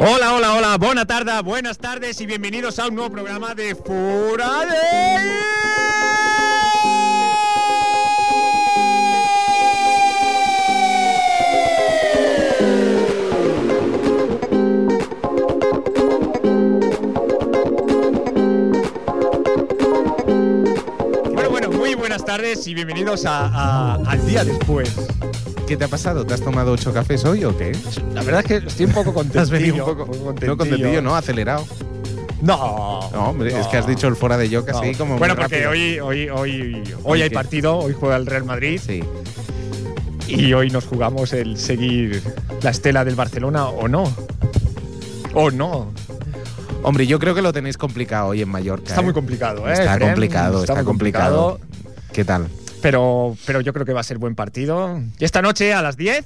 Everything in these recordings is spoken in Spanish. Hola, hola, hola, buena tarde, buenas tardes y bienvenidos a un nuevo programa de Fura Bueno, bueno, muy buenas tardes y bienvenidos a, a- al día después. ¿Qué te ha pasado? ¿Te has tomado ocho cafés hoy o qué? La verdad es que estoy un poco contentillo. Has venido un poco, no contentillo, no, acelerado. No, No, hombre, es que has dicho el fuera de yoke así No. como muy Bueno, porque rápido. hoy, hoy, hoy, hoy ¿Hoy hay qué? partido, hoy juega el Real Madrid Sí. y hoy nos jugamos el seguir la estela del Barcelona o no. O no. Hombre, yo creo que lo tenéis complicado hoy en Mallorca. Está ¿eh? muy complicado, ¿eh? Está Fren? complicado, está muy complicado. ¿Qué tal? Pero, pero yo creo que va a ser buen partido. Y esta noche a las 10,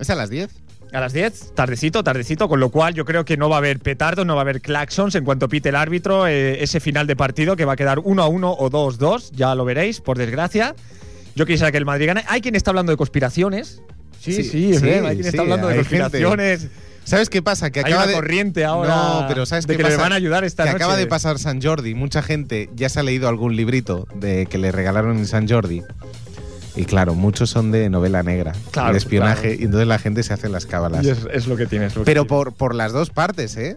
¿Es a las 10? a las 10, tardecito, tardecito, con lo cual yo creo que no va a haber petardos, no va a haber claxons en cuanto pite el árbitro eh, ese final de partido que va a quedar 1 a 1 o 2 2, ya lo veréis, por desgracia. Yo quisiera que el Madrid gane. Hay quien está hablando de conspiraciones. Sí, sí, Sí, es sí, verdad, hay quien sí, está hablando de hay gente conspiraciones. ¿Sabes qué pasa? Que Hay acaba una de... corriente ahora No, pero ¿sabes de qué que pasa? le van a ayudar esta que noche. acaba de pasar San Jordi. Mucha gente ya se ha leído algún librito de que le regalaron en San Jordi. Y claro, muchos son de novela negra, Claro, de espionaje, claro. y entonces la gente se hace las cábalas. Y es, es lo que tienes. Pero por, por las dos partes, ¿eh?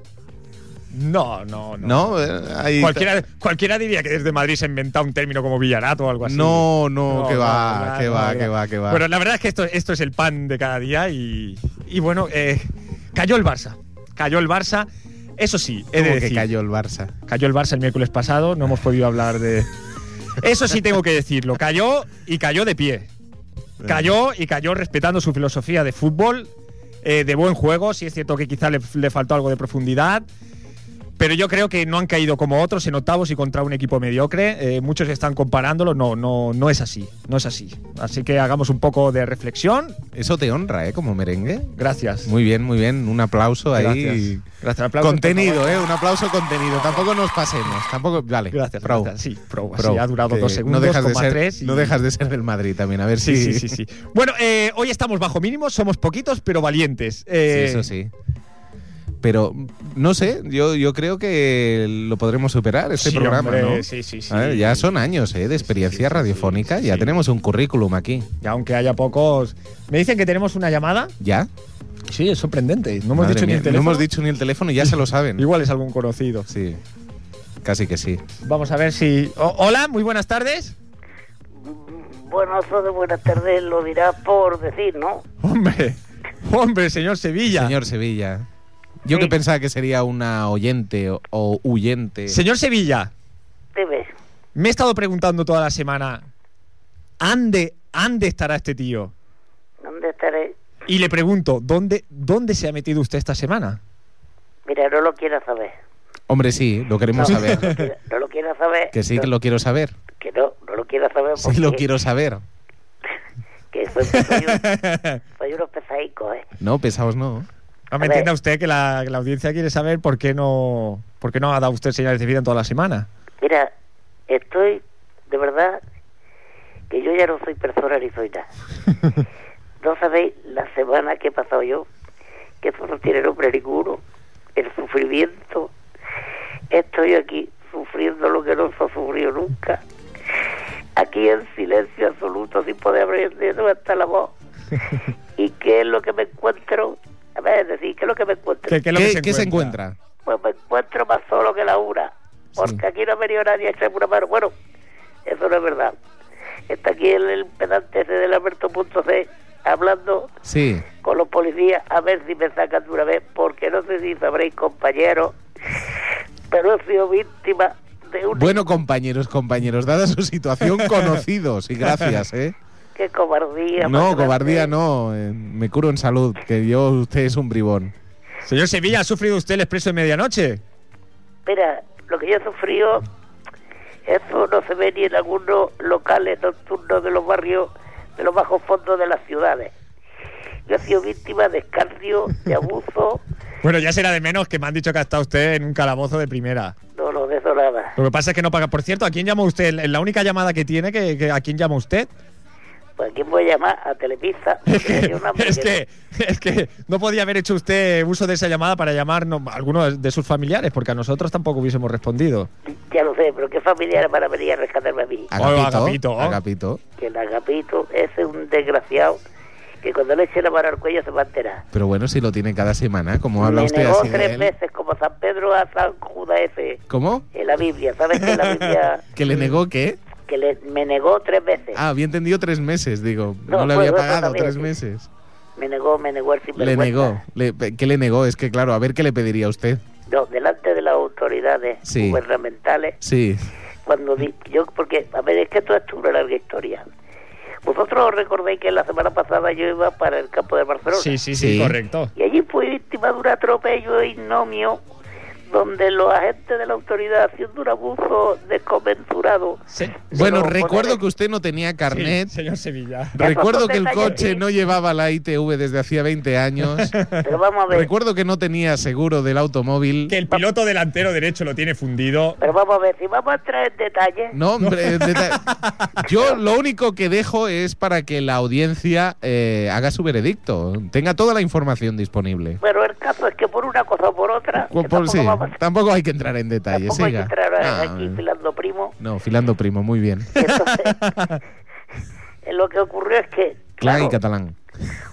No, no, no. No, Eh, ahí- Cualquiera, cualquiera diría que desde Madrid se ha inventado un término como villarato o algo así. No, no, que va, no, que no, va, no. que va, que va. Bueno, la verdad es que esto, esto es el pan de cada día y, y bueno, eh, cayó el Barça. Cayó el Barça. Eso sí, he de Como que decir, cayó el Barça. cayó el Barça el miércoles pasado, no hemos podido hablar de... Eso sí tengo que decirlo, cayó y cayó de pie. Cayó y cayó respetando su filosofía de fútbol, eh, de buen juego, sí es cierto que quizá le, le faltó algo de profundidad, pero yo creo que no han caído como otros en octavos y contra un equipo mediocre. Eh, muchos están comparándolo, no, no, no es así, no es así. Así que hagamos un poco de reflexión. Eso te honra, ¿eh? Como merengue. Gracias. Muy bien, muy bien. Un aplauso ahí. Gracias. Gracias. aplauso, por Contenido, favor. ¿eh? Un aplauso contenido. Tampoco nos pasemos. Tampoco. Vale. Gracias, pro, gracias. Sí, pro, pro, sí, ha durado que dos segundos, No dejas, de coma ser, tres y- no dejas de ser del Madrid también. A ver Sí, si. sí, sí, sí. Bueno, eh, hoy estamos bajo mínimo, somos poquitos pero valientes. Eh, Sí, eso sí. Pero no sé, yo, yo creo que lo podremos superar este sí, programa, hombre, ¿no? Sí, sí, sí. A ver, ya son años ¿eh? de sí, experiencia sí, radiofónica. sí, ya sí. tenemos un currículum aquí. Y aunque haya pocos. Me dicen que tenemos una llamada. ¿Ya? Sí, es sorprendente. No hemos Madre dicho ni mía, el teléfono. No hemos dicho ni el teléfono y ya se lo saben. Igual es algún conocido. Sí, casi que sí. Vamos a ver si. O- hola, muy buenas tardes. Bueno, eso de buenas tardes lo dirá por decir, ¿no? Hombre, hombre, señor Sevilla. Señor Sevilla. Yo que Sí. pensaba que sería una oyente o, o huyente. Señor Sevilla, Dime. me he estado preguntando toda la semana. ¿Ande, ande estará este tío? ¿Dónde estaré? Y le pregunto, ¿dónde, ¿dónde se ha metido usted esta semana? Mira, no lo quiero saber. Hombre, sí, lo queremos no, No lo, saber. quiero, no lo quiero saber. Que sí, que lo quiero saber. Que no, no lo quiero saber. Sí, porque- lo quiero saber. Que soy, soy, un- soy unos pesaicos, ¿eh? No, pesaos no. No me A ver. entienda usted que la, que la audiencia quiere saber por qué no por qué no ha dado usted señales de vida en toda la semana. Mira, estoy, de verdad, que yo ya no soy persona ni soy nada. No sabéis la semana que he pasado yo, que eso no tiene nombre ninguno, el sufrimiento. Estoy aquí sufriendo lo que no se ha sufrido nunca. Aquí en silencio absoluto, sin poder abrir el dedo hasta la voz. ¿Y qué es lo que me encuentro? A ver, es decir, ¿qué es lo que me encuentro? ¿Qué, qué es lo que se, qué se encuentra? encuentra? pues me encuentro más solo que la una, porque Sí. aquí no ha venido nadie a echarme una mano. Bueno, eso no es verdad. Está aquí el, el pedante ese del Alberto.c hablando Sí. con los policías a ver si me sacan de una vez, porque no sé si sabréis, compañeros, pero he sido víctima de un... Bueno, compañeros, compañeros, dada su situación, conocidos y gracias, ¿eh? ¡Qué cobardía! No, más cobardía grande! no, eh, me curo en salud, que yo, usted es un bribón. Señor Sevilla, ¿ha sufrido usted el expreso de medianoche? Mira, lo que yo he sufrido, eso no se ve ni en algunos locales nocturnos de los barrios, de los bajos fondos de las ciudades. Yo he sido víctima de escarnio, de abuso, Bueno, ya será de menos que me han dicho que ha estado usted en un calabozo de primera. no, no, de eso nada. Lo que pasa es que no paga. Por cierto, ¿a quién llama usted? En la única llamada que tiene, que, que- ¿a quién llama usted? Pues aquí voy a llamar a Telepista. Es porque que, hay una es, Este que, es que no podía haber hecho usted uso de esa llamada para llamarnos a alguno de sus familiares, porque a nosotros tampoco hubiésemos respondido. hamburguesería. Ya lo sé, pero ¿qué familiares van a venir a rescatarme a mí? Oh, Agapito. Agapito. Que el agapito ese es un desgraciado que cuando le eche la mano al cuello se va a enterar. Pero bueno, si lo tiene cada semana, como habla Me usted negó así de tres él? veces como San Pedro a San Judas ese ¿Cómo? en la Biblia. ¿Sabes que en la Biblia ¿Que le negó qué? que le- me negó tres veces? Ah, había entendido tres meses, digo. No, No, le fue- había fue pagado también, tres sí. meses. Me negó, me negó el Le sinvergüenza. negó. Le- ¿Qué le negó? Es que claro, a ver qué le pediría a usted. No, delante de las autoridades Sí. gubernamentales Sí. cuando di- yo porque a ver es que esto es una larga historia vosotros os recordáis que la semana pasada yo iba para el campo de Barcelona Sí, sí, sí, Sí. correcto. y allí fui víctima de un atropello e ignomio donde los agentes de la autoridad haciendo un abuso desconmensurado Sí. Bueno, Pero, recuerdo ponele- que usted no tenía carnet. Sí, señor Sevilla. Recuerdo Esos que el detalles, coche sí. no llevaba la ITV desde hacía 20 años. pero vamos a ver Recuerdo que no tenía seguro del automóvil. Que el piloto delantero derecho lo tiene fundido. pero vamos a ver si vamos a entrar en detalle No, hombre, deta- yo lo único que dejo es para que la audiencia eh, haga su veredicto, tenga toda la información disponible. pero el caso es que por una cosa o por otra que Cu- por- sí, tampoco vamos a- tampoco hay que entrar en detalle, tampoco hay que siga. entrar Ah, aquí filando primo no, filando primo, muy bien. entonces eh, lo que ocurrió es que Clan y claro, catalán.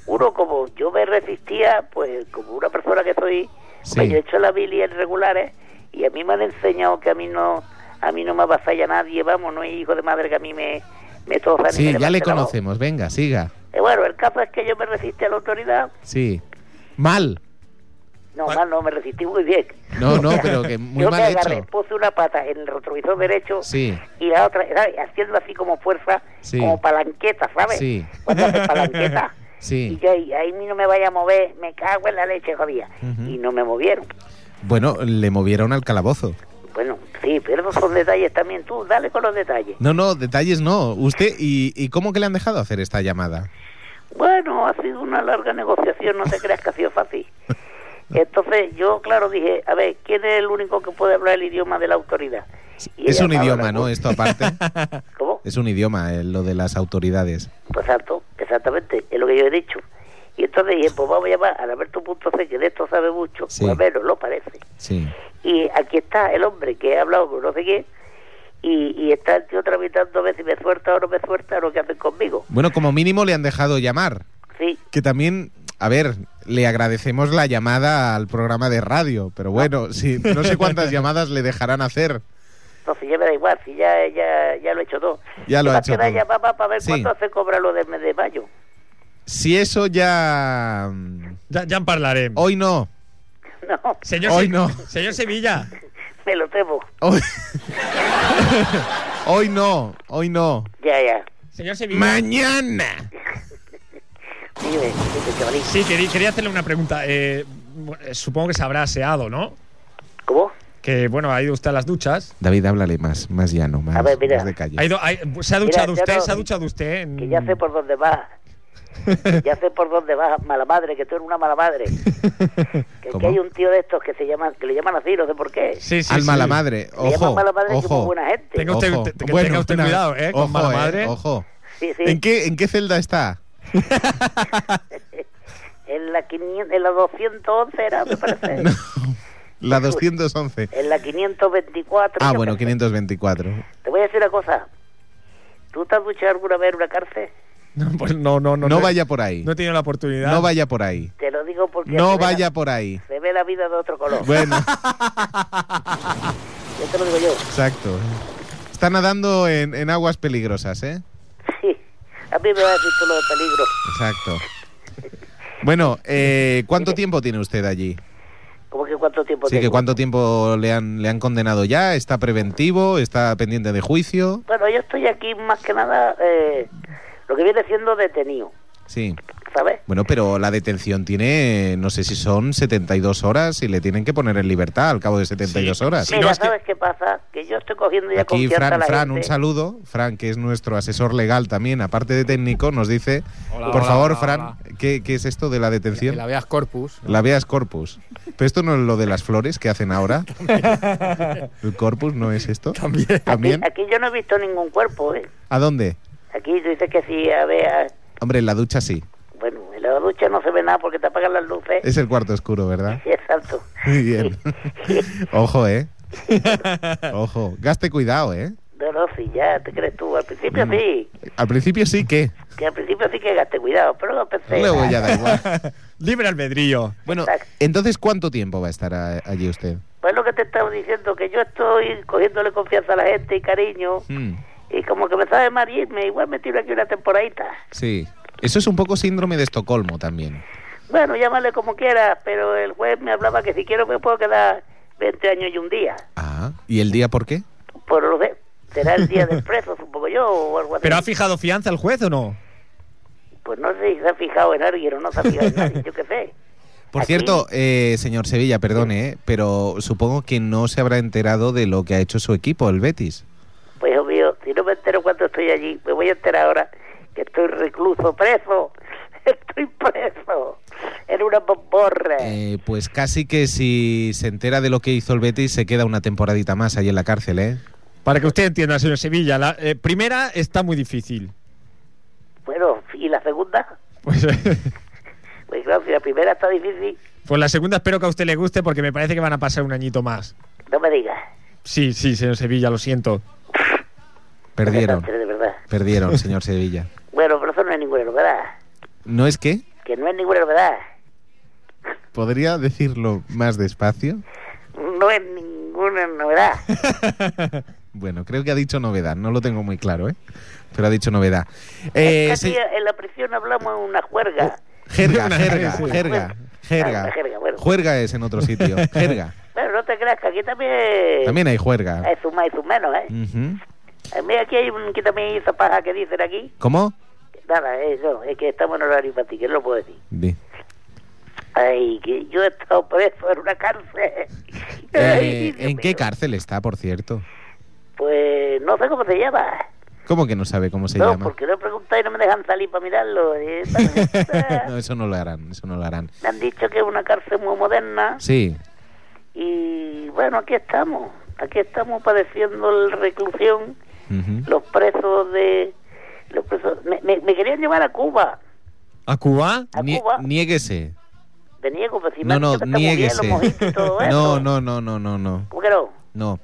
uno como yo me resistía, pues como una persona que soy, Sí. pues, yo he hecho la bili en regulares y a mí me han enseñado que a mí no a mí no me avasalla nadie, vamos, no hay hijo de madre que a mí me, me toza. Sí, ya le conocen. conocemos, venga, siga. Eh, bueno, el caso es que yo me resistí a la autoridad. Sí. Mal. No, Vale. mal, no, me resistí muy bien. No, no, pero que muy yo mal me agarré, hecho. puse una pata en el retrovisor derecho Sí. y la otra, ¿sabes? Haciendo así como fuerza, Sí. como palanqueta, ¿sabes? Sí. Cuando hace palanqueta. Sí. Y yo, ahí ahí no me vaya a mover, me cago en la leche, jodida. Ujú. Y no me movieron. Bueno, le movieron al calabozo. Bueno, sí, pero esos son detalles también. Tú, dale con los detalles. No, no, detalles no. Usted, ¿y, y cómo que le han dejado hacer esta llamada? Bueno, ha sido una larga negociación, no te creas que ha sido fácil. Entonces yo, claro, dije, a ver, ¿quién es el único que puede hablar el idioma de la autoridad? Y Es ella un habla idioma, con- ¿no? Esto aparte. ¿Cómo? Es un idioma, eh, lo de las autoridades. Pues exacto, exactamente, es lo que yo he dicho. Y entonces dije, pues vamos a llamar a Alberto Punto C, que de esto sabe mucho, pues Sí. o al menos lo parece. Sí. Y aquí está el hombre que ha hablado con no sé qué, y, y está el tío tramitando a ver si me suelta o no me suelta lo que hacen conmigo. Bueno, como mínimo le han dejado llamar. Sí, Que también, a ver, le agradecemos la llamada al programa de radio, pero Ah. bueno, sí, no sé cuántas llamadas le dejarán hacer. entonces ya me da igual, si ya, ya, ya lo he hecho todo. Ya lo ha hecho Más todo. que nada llamaba para ver Sí. cuánto se cobra lo del mes de mayo. Si eso ya... mm, Ya, ya en parlaré. Hoy no. No, Señor, Hoy Se- no. Señor Sevilla, me lo temo. Hoy, hoy no. Hoy no. Ya, ya. señor Sevilla. Mañana. Dime, dime, chavalín. Sí, quería, quería hacerle una pregunta. Eh, eh, supongo que se habrá aseado, ¿no? ¿Cómo? Que bueno, ha ido usted a las duchas. David, háblale más, más llano, más, A ver, mira. más de calle. Ha ido- ha- se ha duchado Mira, yo usted, no- se ha duchado usted. en- Que ya sé por dónde vas. Que ya sé por dónde vas, mala madre, que tú eres una mala madre. Que, ¿Cómo? que hay un tío de estos que se llaman, que le llaman así, no sé por qué. Sí, sí, Al sí. mala madre. Le Ojo. llaman mala madre que ojo. muy buena gente. Tenga usted- Ojo. te- que Bueno, tenga usted una- cuidado, ¿eh? Con ojo, mala madre. Ojo. Sí, sí. ¿En qué, ¿En qué celda está? En la, 500 en la 211 era, me parece. La 211. En la 524. Ah, yo bueno, qué sé. 524. Te voy a decir una cosa. ¿Tú te has duchado alguna vez en una cárcel? No, pues no, no, no. No vaya por ahí. No he tenido la oportunidad. No vaya por ahí. Te lo digo porque... No se ve la- vaya por ahí. Se ve la vida de otro color. Bueno, Yo te lo digo yo. exacto. Está nadando en, en aguas peligrosas, ¿eh? Sí. A mí me va a decir tú lo de peligro. Exacto. Bueno, eh, ¿cuánto Dime. tiempo tiene usted allí? ¿Cómo que cuánto tiempo Pues Sí, que tengo? ¿cuánto tiempo le han, le han condenado ya? ¿Está preventivo? ¿Está pendiente de juicio? Bueno, yo estoy aquí más que nada eh, lo que viene siendo detenido, Sí. ¿sabes? Bueno, pero la detención tiene, no sé si son 72 horas y le tienen que poner en libertad al cabo de 72 Sí. horas. Si Sí. Mira, no es que- ¿sabes qué pasa? Que yo estoy cogiendo ya Aquí confianza a Fran, la Fran, gente. un saludo. Fran, que es nuestro asesor legal también, aparte de técnico, nos dice, Hola, por hola, favor, hola, Fran, hola. ¿qué, qué es esto de la detención? Que la veas corpus. La veas corpus. Pero esto no es lo de las flores que hacen ahora. El corpus no es esto. También. Aquí, aquí yo no he visto ningún cuerpo, ¿eh? ¿A dónde? Aquí tú dices que si a ver, a- Hombre, en la ducha sí. bueno, en la ducha no se ve nada porque te apagan las luces. Es el cuarto oscuro, ¿verdad? Sí, exacto. Muy bien. Ojo, ¿eh? Ojo. Gaste cuidado, ¿eh? No, no, sí, ya, ¿te crees tú? Al principio Mm. sí, Al principio sí que. que al principio sí que gaste cuidado, pero no pensé. Luego nada. ya da igual. Libre albedrío. Bueno, entonces, ¿cuánto tiempo va a estar a- allí usted? Pues lo que te estaba diciendo, que yo estoy cogiéndole confianza a la gente y cariño, Mm, y como que me sabe mal irme, igual me tiro aquí una temporadita. sí. Eso es un poco síndrome de Estocolmo también. Bueno, llámale como quieras, pero el juez me hablaba que si quiero me puedo quedar 20 años y un día. Ah, ¿y el día por qué? Por lo de, será el día del preso, supongo yo, o algo así. ¿Pero ha fijado fianza el juez o no? Pues no sé si se ha fijado en alguien o no se ha fijado en nadie, yo qué sé. Por Aquí. cierto, eh, señor Sevilla, perdone, eh, pero supongo que no se habrá enterado de lo que ha hecho su equipo, el Betis. Pues hijo mío, si no me entero cuando estoy allí, me voy a enterar ahora que estoy recluso, preso. Estoy preso en una bomborra. Eh, pues casi que si se entera de lo que hizo el Betis, se queda una temporadita más ahí en la cárcel, ¿eh? Para que usted entienda, señor Sevilla, la eh, primera está muy difícil. Bueno, ¿y la segunda? Pues, Pues claro, si la primera está difícil, pues la segunda espero que a usted le guste porque me parece que van a pasar un añito más. no me digas. Sí, sí, señor Sevilla, lo siento. Perdieron, De verdad. perdieron, señor Sevilla. Bueno, pero eso no es ninguna novedad. ¿No es que? Que no es ninguna novedad. ¿Podría decirlo más despacio? No es ninguna novedad. Bueno, creo que ha dicho novedad, no lo tengo muy claro, ¿eh? Pero ha dicho novedad. Eh, Oh. Aquí se- en la prisión hablamos de una juerga. Jerga, Una jerga, jerga, sí. jerga, Ah, una jerga. jerga, bueno. Juerga es en otro sitio, jerga. Pero no te creas que aquí también... También Mm. hay juerga. Hay su más y su menos, ¿eh? Ujú. A mí aquí hay un quítame esa paja que dicen aquí. ¿Cómo? Nada, eh, no, es que estamos en horario infantil, que no lo puedo decir. Di. Ay, que yo he estado preso en una cárcel. Ay, Eh, Dios ¿En qué mío. cárcel está, por cierto? Pues no sé cómo se llama. ¿Cómo que no sabe cómo se no, llama? porque lo he preguntado y no me dejan salir para mirarlo. eh. no, eso no lo harán, eso no lo harán. me han dicho que es una cárcel muy moderna Sí, y bueno, aquí estamos. Aquí estamos padeciendo la reclusión, ujú. los presos de... Los presos, me, me- me querían llevar a Cuba. ¿A Cuba? ¿A Nie- Cuba? niéguese. Te niego, pues si me No, han no, dicho que está muy bien, niéguese. los mojitos y todo No, eso. no, no, no, no, no. ¿Cómo que no? No,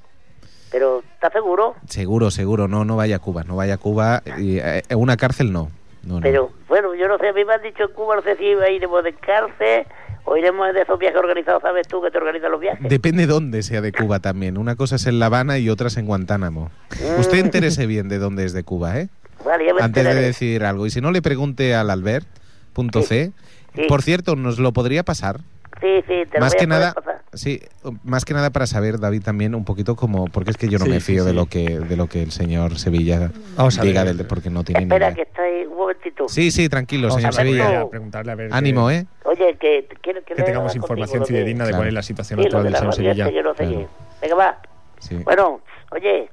Pero, ¿estás seguro? seguro, seguro, no, no vaya a Cuba, no vaya a Cuba. y, eh, en una cárcel no. No, no. Pero, bueno, yo no sé, a mí me han dicho en Cuba, no sé si iremos de cárcel o iremos de esos viajes organizados, ¿sabes tú que te organizan los viajes? Depende dónde sea de Cuba también. Una cosa es en La Habana y otra es en Guantánamo. Mm. Usted entérese bien de dónde es de Cuba, ¿eh? Vale, ya me Antes de enteraré. decir algo. Y si no, le pregunte al albert.c. Sí. Por cierto, ¿nos lo podría pasar? Sí, sí, te lo Más voy a que poder nada, pasar. sí, más que nada para saber, David, también un poquito como, porque es que yo no Sí, me sí, fío de sí. lo que de lo que el señor Sevilla Vamos a diga, ver. del- porque no tiene ni Espera, idea. que está ahí, un momentito. Sí, sí, tranquilo, Vamos a señor ver, preguntarle, Sevilla. Sevilla. a preguntarle a ver. Ánimo, que, ¿eh? Oye, que te quiero que Que me tengamos hagas información contigo, fidedigna de Claro. cuál es la situación Sí, lo actual de del la señor radio Sevilla. este, yo no sé Claro. qué. Venga, va. Sí. Bueno, oye,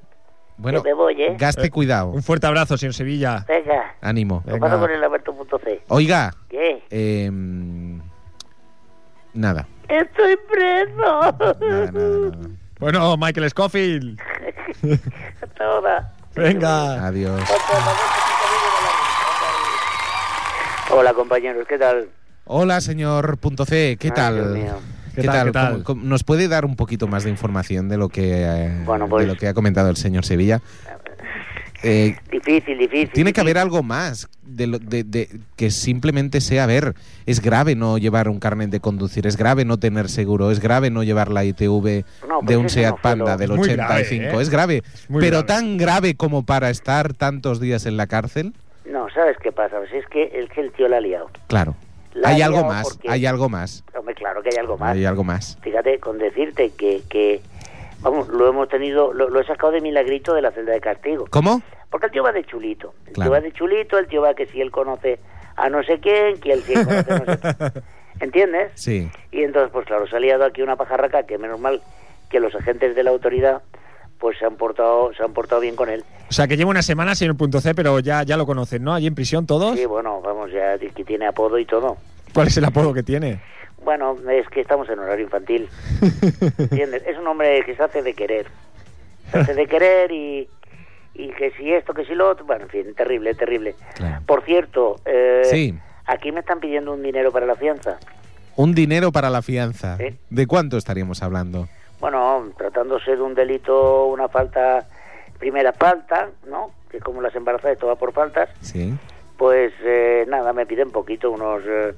Bueno, que me voy, ¿eh? gaste Eh, cuidado. Un fuerte abrazo, señor Sevilla. venga. Ánimo. Venga. Lo paso con el Alberto.c. Oiga, ¿Qué? em, nada. Estoy preso. Nada, nada, nada. Bueno, Michael Scofield. Hasta ahora. Venga. Adiós. Hola compañeros, ¿qué tal? Hola, señor punto C, ¿qué Ay, Dios tal? mío. ¿Qué tal, qué tal? ¿Cómo- cómo- ¿Nos puede dar un poquito más de información de lo que, eh, Bueno, de pues- lo que ha comentado el señor Sevilla? Eh, Difícil, difícil. tiene que haber difícil. algo más de lo- de- de- que simplemente sea, a ver, es grave no llevar un carnet de conducir, es grave no tener seguro, es grave no llevar la ITV No, pues de un eso Seat no fue Panda lo- del Es muy grave, 85, ¿eh? es grave, muy pero grave. tan grave como para estar tantos días en la cárcel, No, ¿sabes qué pasa? Pues es que el, que el tío la ha liado. claro, La hay ha algo liado más, porque- hay algo más, Hombre, claro que hay algo más. hay algo más. Fíjate, con decirte que, que vamos, lo hemos tenido, lo, lo he sacado de milagrito de la celda de castigo. ¿Cómo? Porque el tío va de chulito. El Claro. tío va de chulito, el tío va que si él conoce a no sé quién, que él sí conoce a no sé quién. ¿Entiendes? Sí. Y entonces, pues claro, se ha liado aquí una pajarraca que menos mal que los agentes de la autoridad pues se han portado, se han portado bien con él. O sea, que lleva una semana, señor punto C, pero ya, ya lo conocen, ¿no? Allí en prisión todos. Sí, bueno, vamos, ya di- que tiene apodo y todo. ¿Cuál es el apodo que tiene? Bueno, es que estamos en horario infantil. ¿Entiendes? Es un hombre que se hace de querer. Se hace de querer y, y que si esto, que si lo otro, bueno, en fin, terrible, terrible. Claro. Por cierto, eh, Sí. aquí me están pidiendo un dinero para la fianza. Un dinero para la fianza. Sí. ¿De cuánto estaríamos hablando? Bueno, tratándose de un delito, una falta, primera falta, ¿no? Que como las embarazadas esto va por faltas, Sí. pues eh, nada, me piden poquito, unos eh,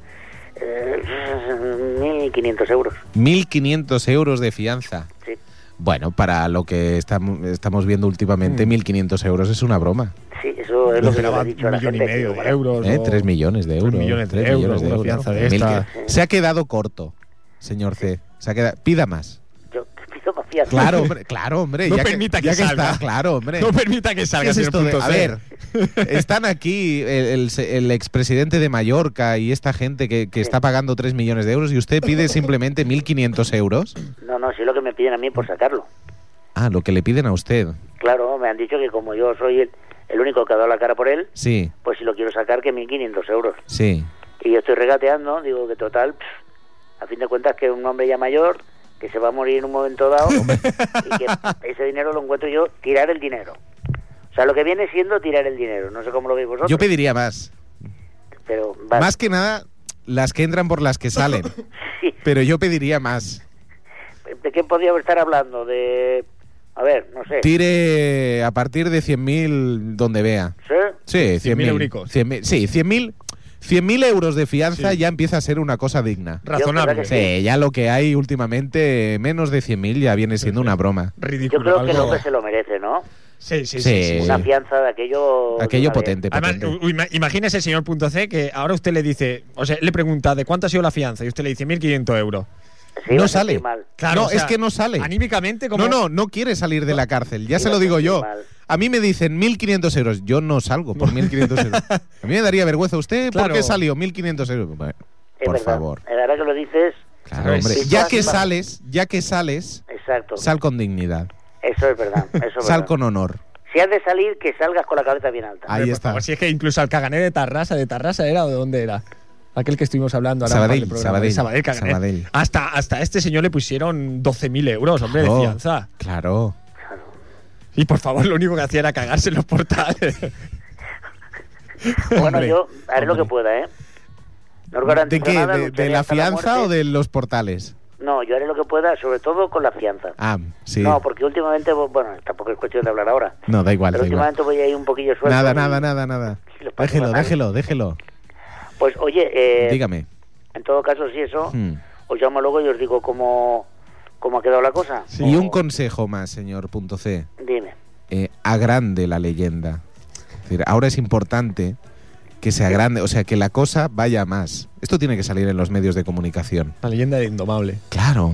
eh, 1.500 euros. 1.500 euros de fianza. Sí, Bueno, para lo que estamos, estamos viendo últimamente, Mm. 1.500 euros es una broma. sí, eso es lo que le esperaba he un dicho a la millón y gente. medio que, de bueno, euros. ¿Eh? o- 3 millones de Pues tres euros. millones de tres euros, una fianza de esta. 1.500. Se ha quedado corto, señor C. Se ha quedado, pida más. Yo te pido más fianza. Claro, hombre, claro, hombre. No ya permita que, ya que salga. está, claro, hombre. No permita que ¿Qué salga es señor esto de- punto a C. ver, están aquí el, el se- el expresidente de Mallorca y esta gente que, que está pagando 3 millones de euros y usted pide simplemente 1.500 euros. No, no, si es lo que me piden a mí por sacarlo. Ah, lo que le piden a usted. Claro, me han dicho que como yo soy el, el único que ha dado la cara por él, Sí, pues si lo quiero sacar, que 1.500 euros. sí. Y yo estoy regateando, digo que total, pff, a fin de cuentas que es un hombre ya mayor, que se va a morir en un momento dado, y que ese dinero lo encuentro yo, tirar el dinero. O sea, lo que viene siendo tirar el dinero, no sé cómo lo veis vosotros. Yo pediría más. pero vale. Más que nada, las que entran por las que salen. Sí. Pero yo pediría más. ¿De qué podríamos estar hablando? De... A ver, no sé. Tire a partir de 100.000 donde vea. ¿Sí? Sí, 100.000 100.000. euricos. 100.000, sí, 100.000 100.000 euros de fianza Sí. ya empieza a ser una cosa digna. Razonable. Yo creo que Sí, ya lo que hay últimamente, menos de 100.000 ya viene siendo una broma. Ridículo. Yo creo que el algo- hombre se lo merece, ¿no? Sí, sí, sí. Sí. sí, sí. Una fianza de aquello... de Eh, Aquello una vez. potente, Además, potente. u- ima- imagínese, señor punto C, que ahora usted le dice, o sea, le pregunta de cuánto ha sido la fianza y usted le dice 1.500 euros. Se iba no a sentir sale. mal. Claro, no, o sea, es que no sale. Anímicamente, como. No, no, no quiere salir de la cárcel. Ya Sí, se lo digo bastante yo. mal. A mí me dicen 1.500 euros. Yo no salgo por 1.500 euros. A mí me daría vergüenza. ¿Usted Claro. por qué salió 1.500 euros? Bueno, Es por verdad. favor. Ahora que lo dices... Claro, Sí, hombre. sí, Ya sí, que sí. sales, ya que sales, Exacto. sal con dignidad. Eso es verdad. Eso es Sal verdad. con Ah, honor. Si has de salir, que salgas con la cabeza bien alta. Ahí Hombre, por está. favor, si es que incluso al Cagané de Tarrasa, de Tarrasa era o de dónde era. Aquel que estuvimos hablando ahora Sabadell, en el programa. Sabadell, Sabadell, Cagané. Sabadell. Hasta, hasta a este señor le pusieron 12.000 euros, hombre, Claro, de fianza. Oh, Claro. Y por favor, lo único que hacía era cagarse en los portales. bueno, hombre, yo haré lo hombre. que pueda, ¿eh? No os ¿De garantizo qué? nada, ¿De, de lucharé la hasta la fianza o muerte. de los portales? No, yo haré lo que pueda, sobre todo con la fianza. Ah, sí. No, porque últimamente, bueno, tampoco es cuestión de hablar ahora. No, da igual, pero da igual. últimamente voy a ir un poquillo suelto. Nada, y- nada, nada, nada. y lo paso Déjelo, fatal. déjelo, déjelo. Pues oye, eh, Dígame. en todo caso, si eso, Hmm. os llamo luego y os digo cómo, cómo ha quedado la cosa. Y O- un consejo más, señor punto C. Dime. Eh, agrande la leyenda. Es decir, ahora es importante que se agrande, o sea, que la cosa vaya a más. Esto tiene que salir en los medios de comunicación. La leyenda de Indomable. Claro.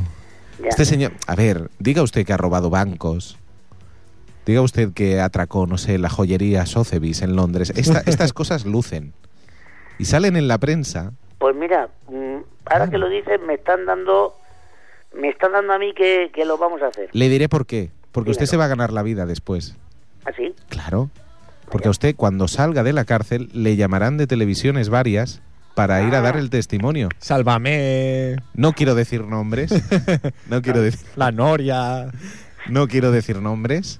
Ya. Este señor, a ver, diga usted que ha robado bancos. Diga usted que atracó, no sé, la joyería Sotheby's en Londres. Esta- estas cosas lucen. Y salen en la prensa. Pues mira, mm, Ah. ahora que lo dices, me están dando, me están dando a mí que, que lo vamos a hacer. Le diré por qué. Porque usted Dígalo. se va a ganar la vida después. ¿Así? Claro. Porque a usted cuando salga de la cárcel le llamarán de televisiones varias para ir a dar el testimonio. Sálvame. No quiero decir nombres. No quiero, decir, La Noria. no quiero decir nombres.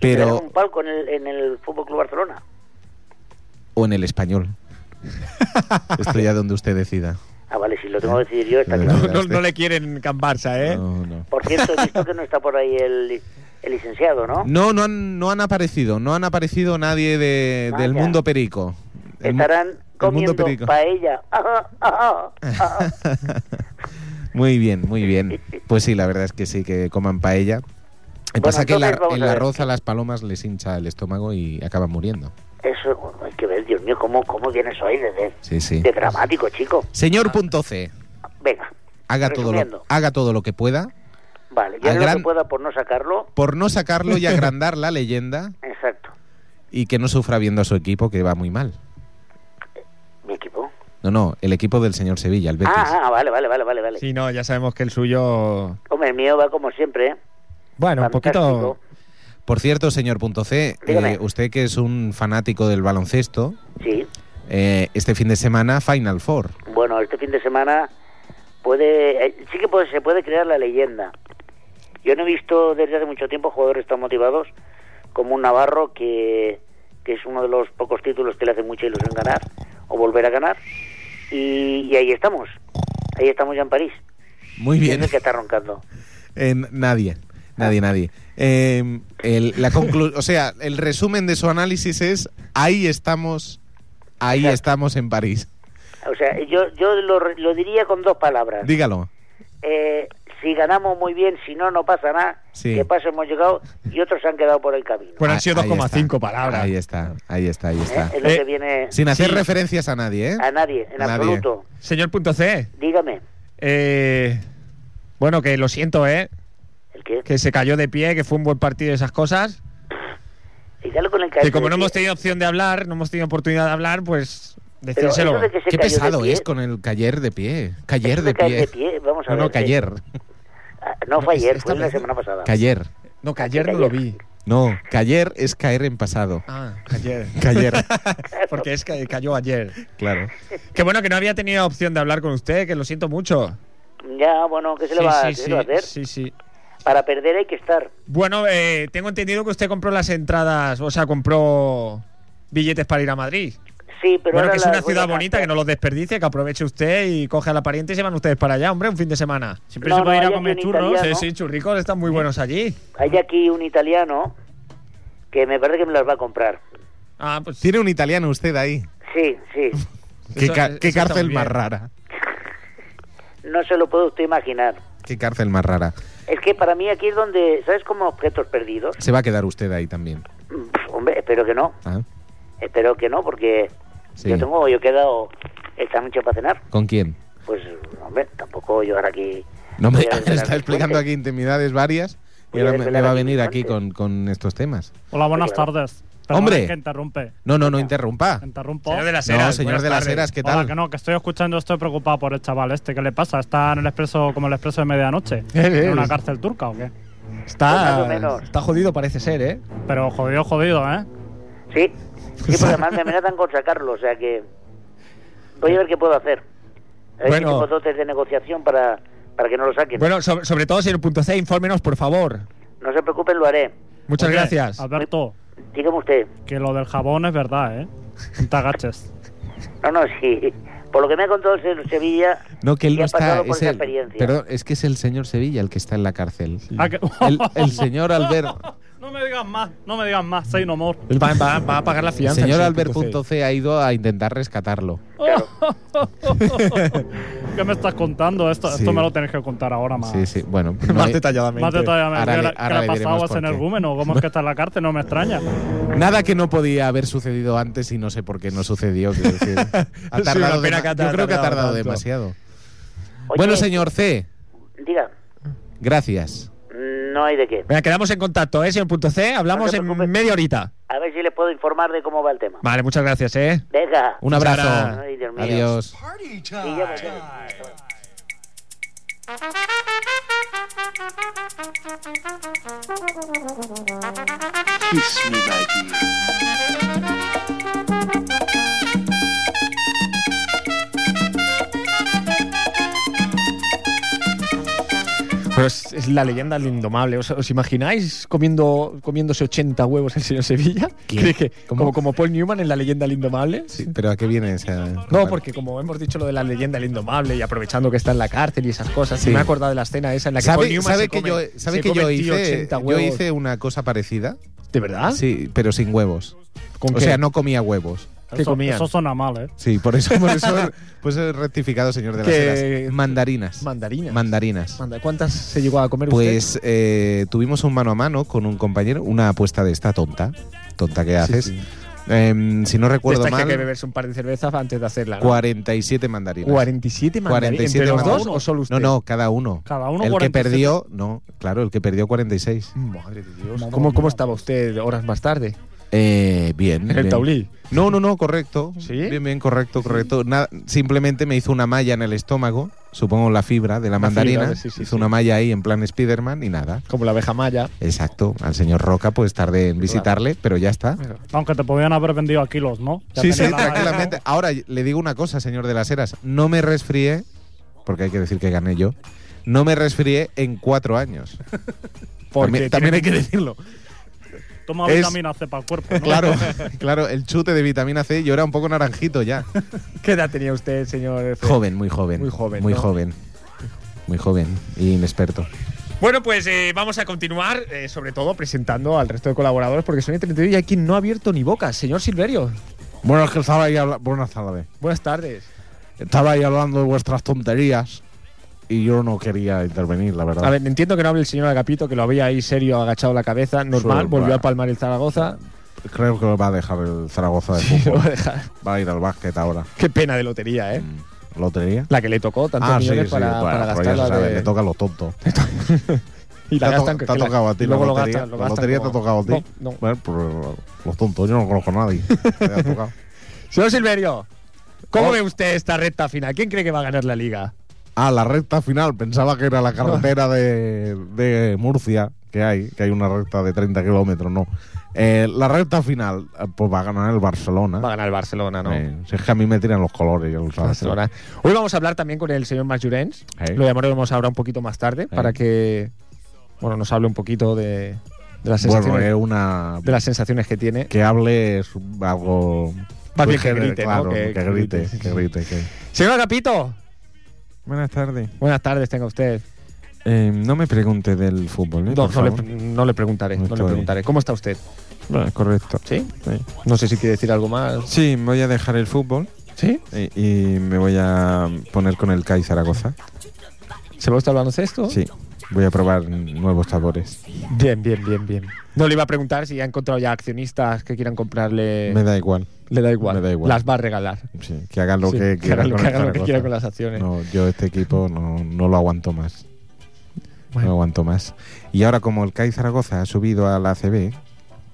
Pero... Pero... un palco en el, en el Fútbol Club Barcelona. O en el español. Esto ya donde usted decida. Ah, vale, si lo tengo que decidir yo, está No, No, claro. no- no le quieren Can Barça, ¿eh? No, no. Por cierto, he visto que no está por ahí el, el licenciado, ¿no? No, no han, no han aparecido. No han aparecido nadie de- del Vaya. mundo perico. El mu- Estarán el mundo comiendo perico. paella. Ah, Ajá, ajá, ajá. Muy bien, muy bien. Pues sí, la verdad es que sí, que coman paella. Lo que Bueno, pasa es que el, ar- entonces vamos el a ver. arroz a las palomas les hincha el estómago y acaban muriendo. Eso, bueno, hay que ver, Dios mío, cómo, cómo vienes hoy de, de- Sí, sí. de dramático, chico. Señor punto C, Venga, haga todo, lo, Ah. Resumiendo. haga todo lo que pueda vale, yo haré lo Agran- que pueda por no sacarlo. por no sacarlo y agrandar la leyenda Exacto. y que no sufra viendo a su equipo que va muy mal. Mi equipo. No, no, el equipo del señor Sevilla, el Betis. Ah, ah, vale, vale, vale, vale. vale. Sí, no, ya sabemos que el suyo. Hombre, el mío va como siempre, ¿eh? Bueno, un poquito. Fantástico. Por cierto, señor punto C, ah. Dígame. eh, usted que es un fanático del baloncesto, Sí. eh, este fin de semana Final Four. Bueno, este fin de semana puede, eh, sí que puede- se puede crear la leyenda. Yo no he visto desde hace mucho tiempo jugadores tan motivados como un navarro que, que es uno de los pocos títulos que le hace mucha ilusión ganar o volver a ganar. Y, y ahí estamos, ahí estamos ya en París. Muy ¿Quién bien. es el que está roncando? Eh, nadie, Ah. nadie, nadie. Eh, el, la conclu- o sea, el resumen de su análisis es ahí estamos, ahí Exacto. estamos en París. O sea, yo, yo lo, re- lo diría con dos palabras. Dígalo. Eh, si ganamos muy bien, si no, no pasa nada. Sí. Que paso hemos llegado y otros se han quedado por el camino. Bueno, han Ah, sido ahí está. 2,5 palabras. Ahí está, ahí está, ahí ¿eh? está. Es lo Eh, que viene Sin hacer Sí. referencias a nadie, ¿eh? a nadie, en nadie. absoluto. Señor punto C, Dígame, eh, bueno, que lo siento, ¿eh? ¿el qué? Que se cayó de pie, que fue un buen partido y esas cosas. Y dale con el Que caerse como de no hemos pie. tenido opción de hablar, no hemos tenido oportunidad de hablar, pues Pero eso decírselo. de que se Qué cayó de pesado pie, es con el cayer de pie. Cayer eso de de caer pie. de pie, vamos a No, no, ver, cayer. Ah, No fue No, ayer, esta fue la vez- semana pasada. Cayer. No, que Ah, ayer que no lo ayer. vi. No, cayer es caer en pasado. Ah, ayer. Cayer, Porque es que cayó ayer. claro. Que bueno, que no había tenido opción de hablar con usted, que lo siento mucho. Ya, bueno, ¿qué se, le, va, qué se le va a hacer? sí, sí. Para perder hay que estar. Bueno, eh, tengo entendido que usted compró las entradas, o sea, compró billetes para ir a Madrid. Sí, pero bueno, ahora que es las una ciudad buenas bonita, que canciones- no los desperdicie, que aproveche usted y coge a la pariente y se van ustedes para allá, hombre, un fin de semana. Siempre No, se puede no, ir a hay comer alguien churros. Sí, italiano. sí, churricos están muy buenos allí. Hay aquí un italiano que me parece que me las va a comprar. Ah, pues Tiene un italiano usted ahí. Sí, sí. Qué, Eso- ca- eso qué está cárcel muy más bien. rara. No se lo puede usted imaginar. Qué cárcel más rara. Es que para mí aquí es donde, ¿sabes como objetos perdidos? Se va a quedar usted ahí también. Mm, pf, Hombre, espero que no. Ah, Espero que no, porque Sí. yo tengo, yo he quedado esta noche para cenar. ¿Con quién? Pues, hombre, tampoco llegar aquí. No me voy a desvelar está mis explicando fuentes. aquí intimidades varias y Voy a ahora me, me desvelar va a aquí venir mis aquí con, fuentes. con estos temas. Hola, buenas Sí, claro. tardes. Perdón, Hombre. Que interrumpe. No, no, no interrumpa. Interrumpo. señor de las Heras. No, señor buenas de las tardes. Heras, ¿qué Hola, que tal? no, que estoy escuchando, estoy preocupado por el chaval este. ¿Qué le pasa? ¿Está en el expreso como el expreso de medianoche? Él, él. ¿En una cárcel turca o qué? Pues más o Está, menos. está jodido, parece ser, ¿eh? Pero jodido, jodido, ¿eh? Sí, sí, porque además me amenazan con sacarlo, o sea que voy a ver qué puedo hacer. A ver Bueno. si tengo dotes de negociación para, para que no lo saquen. Bueno, sobre, sobre todo, señor punto C, infórmenos, por favor. No se preocupen, lo haré. Muchas Oye, gracias. Alberto, Dígame usted. que lo del jabón es verdad, ¿eh? No te agaches. No, no, sí. Por lo que me ha contado el señor Sevilla, No, que él ya no ha está. pasado por Es esa el, experiencia. perdón, es que es el señor Sevilla el que está en la cárcel. Ah, que- El, el señor Albert. No me digas más, no me digas más, say no more. Él va, va- va a pagar la El fianza. señor señor Albert C. punto C ha ido a intentar rescatarlo. Claro. ¿Qué me estás contando? Esto, Sí. esto me lo tenéis que contar ahora Ah. más. Sí, sí. Bueno, no Más hay- detalladamente. Más detalladamente, Ahora ¿qué le- le- ¿qué ahora le ha le pasado diremos a ese por qué. energúmeno? ¿Cómo es que está en la cárcel? No me extraña. nada que no podía haber sucedido antes y no sé por qué no sucedió. quiero decir. Ha una tardado pena dema- que ha yo creo que ha tardado tardado tanto. demasiado. Oye, Bueno, señor C, Diga, mm, gracias. no hay de qué. Venga, quedamos en contacto, ¿eh, señor punto C? Hablamos No te preocupes. en media horita. A ver si les puedo informar de cómo va el tema. Vale, muchas gracias, ¿eh? Venga. Un Muchas abrazo. gracias. Ay, Dios mío. Adiós. Sí, ya voy, ya voy. Kiss me, my dear. Pero es, es la leyenda del indomable. ¿Os, os imagináis comiendo, comiéndose 80 huevos el señor Sevilla? ¿Qué? ¿Cree que- ¿Cómo? Como, como Paul Newman en la leyenda del indomable? Sí, pero ¿a qué viene esa.? No, porque como hemos dicho lo de la leyenda del indomable y aprovechando que está en la cárcel y esas cosas, Sí. me he acordado de la escena esa en la que Paul ¿Sabe, Newman sabe se que come- yo, sabe se que come, yo tío, hice, 80 yo huevos? hice una cosa parecida? ¿De verdad? Sí, pero sin huevos. ¿Con O qué? sea, no comía huevos. ¿Qué eso, comían? eso suena mal, ¿eh? Sí, por eso, por eso, por eso he rectificado, señor de las Que- Heras. Mandarinas. Mandarinas. Mandarinas. Manda- ¿Cuántas se llegó a comer usted? Pues eh, tuvimos un mano a mano con un compañero, una apuesta de esta tonta, tonta que haces. sí. Em, si no recuerdo Esta que hay mal, que beberse un par de cervezas antes de hacerla. ¿no? 47 mandarinas. 47 mandarinas. 47 ¿Entre los mandarinas. dos o solo usted? No, no, cada uno. Cada uno el 47. que perdió, no, claro, el que perdió 46. Madre de Dios. ¿Cómo, cómo estaba usted horas más tarde? Eh, bien. En el bien. tablí. No, no, no, correcto. ¿Sí? Bien, bien, correcto, correcto. Nada, simplemente me hizo una malla en el estómago, supongo la fibra de la, La mandarina. fibra, sí, sí, hizo sí. una malla ahí en plan Spiderman y nada. Como la abeja maya. Exacto, al señor Roca pues tardé en visitarle, pero ya está. Aunque te podían haber vendido a kilos, ¿no? Ya Sí, tenía sí, la- tranquilamente. Ahora le digo una cosa, señor de las Heras. No me resfrié, porque hay que decir que gané yo. No me resfrié en cuatro años. Porque También- también tiene- hay que decirlo. Tú Toma Es- vitamina C para el cuerpo. ¿no? Claro, claro, el chute de vitamina C, yo era un poco naranjito ya. ¿Qué edad tenía usted, señor? F? Joven, muy joven. Muy joven, Muy ¿no? joven. Muy joven y inexperto. Bueno, pues eh, vamos a continuar, eh, sobre todo presentando al resto de colaboradores, porque Sonia 32 y hay quien no ha abierto ni boca. Señor Silverio, Bueno, es que estaba ahí habla- Buenas tardes. buenas tardes. Estaba ahí hablando de vuestras tonterías y yo no quería intervenir, la verdad. A ver, entiendo que no hable el señor Agapito, que lo había ahí serio, agachado la cabeza, normal, Sí, volvió va. a palmar el Zaragoza. Creo que lo va a dejar el Zaragoza de Lo fútbol. va a dejar. Va a ir al básquet ahora. Qué pena de lotería, ¿eh? Mm, ¿Lotería? La que le tocó tantos millones para, Ah, bueno, para pues ya se gastarla sabe, de- le toca a los tontos. Y la Te ha gastan to- que- te ha que la- tocado a ti y luego la lo lotería. gastan- lo la gastan lotería te ha como- tocado a ti. No, no. Bueno, pues, los tontos, yo no conozco a nadie. Te ha tocado. Señor Silverio, ¿cómo Oh. ve usted esta recta final? ¿Quién cree que va a ganar la liga? Ah, la recta final. Pensaba que era la carretera de, de Murcia, que hay, que hay una recta de 30 kilómetros, no. Eh, la recta final, eh, pues va a ganar el Barcelona. Va a ganar el Barcelona, ¿no? Eh, si es que a mí me tiran los colores, ya lo sabes. Barcelona. Hoy vamos a hablar también con el señor Max Llorens. Eh. Lo llamaremos ahora un poquito más tarde para que bueno, nos hable un poquito de, de las sensaciones, Bueno, es eh. una... de las sensaciones que tiene. Que hable es algo... Más bien que pues, grite, ¿no? claro, Que- que, que grite, grite. que grite. que- Señor Agapito, Buenas tardes. buenas tardes, tenga usted. Eh, no me pregunte del fútbol, ¿eh? No, Por no le, favor. no le preguntaré, no le Estoy- preguntaré. ¿Cómo está usted? Vale, correcto. ¿Sí? Sí. No sé si quiere decir algo más. Sí, me voy a dejar el fútbol ¿Sí? eh, y, y me voy a poner con el CAI Zaragoza. ¿Se va usted al baloncesto? Sí, voy a probar nuevos sabores. Bien, bien, bien, bien. No le iba a preguntar si ha encontrado ya accionistas que quieran comprarle. Me da igual. le da igual. me da igual. Las va a regalar. Sí, que hagan lo Sí, que haga quieran lo con que el haga lo que Zaragoza. quiera con las acciones. No, yo este equipo no, no lo aguanto más. Bueno. No aguanto más. Y ahora como el CAI Zaragoza ha subido a la ACB,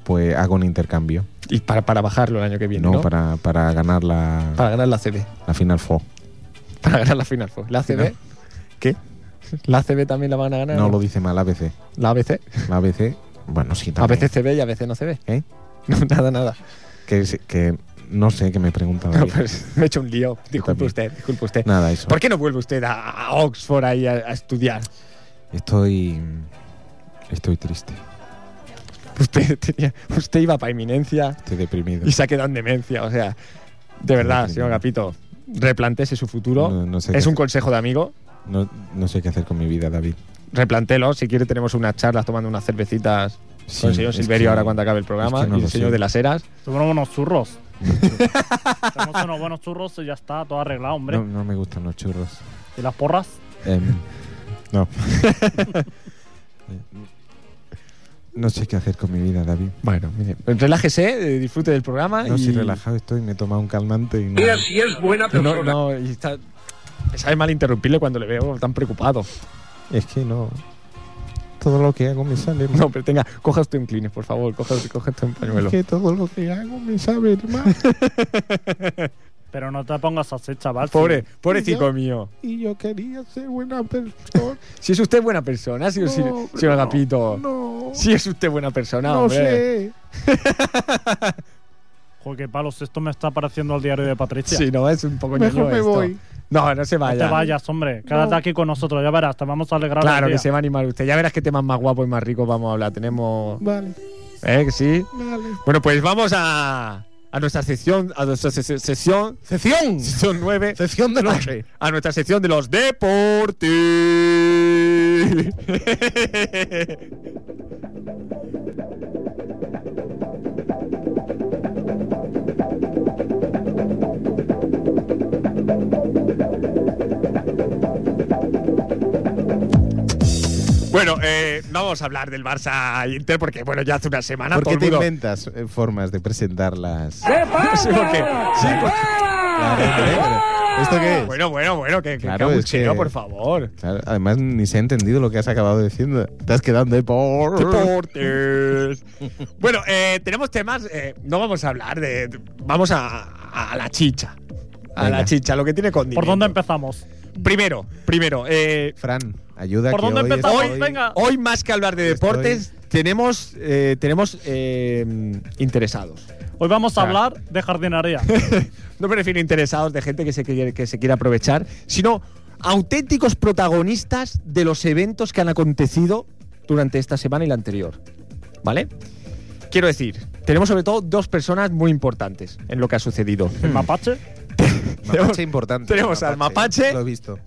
pues hago un intercambio. Y para, para bajarlo el año que viene. no, No, Para, para ganar la, Para ganar la CB. la Final Four. Para ganar la Final Four. ¿La CB? ¿Qué? ¿La CB también la van a ganar? No lo dice mal ABC. ¿La ABC? La ABC, bueno, sí, A también. veces CB y a veces no CB. ¿Eh? No, nada, nada. Que, es- que no sé, que me preguntan. No, pues, me he hecho un lío. Disculpe también. usted, disculpe usted. Nada, eso. ¿Por qué no vuelve usted a, a Oxford ahí a, a estudiar? Estoy. Estoy triste. Usted, tenía, usted iba para eminencia Estoy deprimido. y se ha quedado en demencia. O sea, de verdad, Sí, sí, señor sí. Capito, replántese su futuro. No, no sé es qué hacer. un consejo de amigo. No, no sé qué hacer con mi vida, David. Replántelo. Si quiere, tenemos unas charlas tomando unas cervecitas Sí, con el señor es Silverio que- ahora cuando acabe el programa es que no y el lo señor sé. de las Heras. Tomamos unos churros. Tomamos unos buenos churros y ya está, todo arreglado, hombre. No, no me gustan los churros. ¿Y las porras? Em, no. no sé qué hacer con mi vida, David. Bueno, mire, relájese, eh, disfrute del programa. No, y si relajado estoy, me he tomado un calmante y no. No, no, y está. Me sabe mal interrumpirle cuando le veo tan preocupado. Es que no. Todo lo que hago me sale mal. No, pero tenga, coja usted un Kleenex, por favor, coja, coja usted un pañuelo. Es que todo lo que hago me sabe mal. Pero no te pongas así, chaval. Pobre, Sí. pobrecico mío. Y yo quería ser buena persona. Si es usted buena persona, si, si- No, señor Agapito. No. Si es usted buena persona, hombre. Joder, qué palos, esto me está pareciendo al diario de Patricia. Si no, es un poco ñoño esto. No, no se No vaya. te vayas, hombre. Quédate aquí con nosotros, ya verás, te vamos a alegrar. Claro el que día. se va a animar usted. Ya verás qué temas más guapos y más ricos vamos a hablar. Tenemos. Vale, ¿Eh? Que sí. vale. Bueno, pues vamos a, a nuestra sección. A nuestra se- se- sesión. ¡Sección! Sesión 9. ¡Sección de a, noche! a nuestra sección de los deportes. Bueno, eh, no vamos a hablar del Barça Inter porque bueno ya hace una semana ¿Por todo qué el te mundo- inventas eh, formas de presentar las... Sí, porque- sí, porque- Claro, hombre, pero ¿Esto qué es? Bueno, bueno, bueno, que, que Claro, es cabucheo, que- por favor. Claro, además, ni se ha entendido lo que has acabado diciendo. Te has quedado de por... Deportes. bueno, eh, tenemos temas. eh, no vamos a hablar de. Vamos a, a la chicha. A Venga. la chicha, lo que tiene con ¿Por dónde empezamos? Primero, primero. eh, Fran, ayuda ¿Por que dónde hoy empezamos? estoy- Venga. hoy más que hablar de Estoy- deportes, tenemos, eh, tenemos eh, interesados. Hoy vamos a Claro. hablar de jardinería. No me refiero a interesados de gente que se quiere, que se quiere aprovechar, sino auténticos protagonistas de los eventos que han acontecido durante esta semana y la anterior. ¿Vale? quiero decir, tenemos sobre todo dos personas muy importantes en lo que ha sucedido. El mapache. Mapache importante. tenemos al mapache. Lo he visto.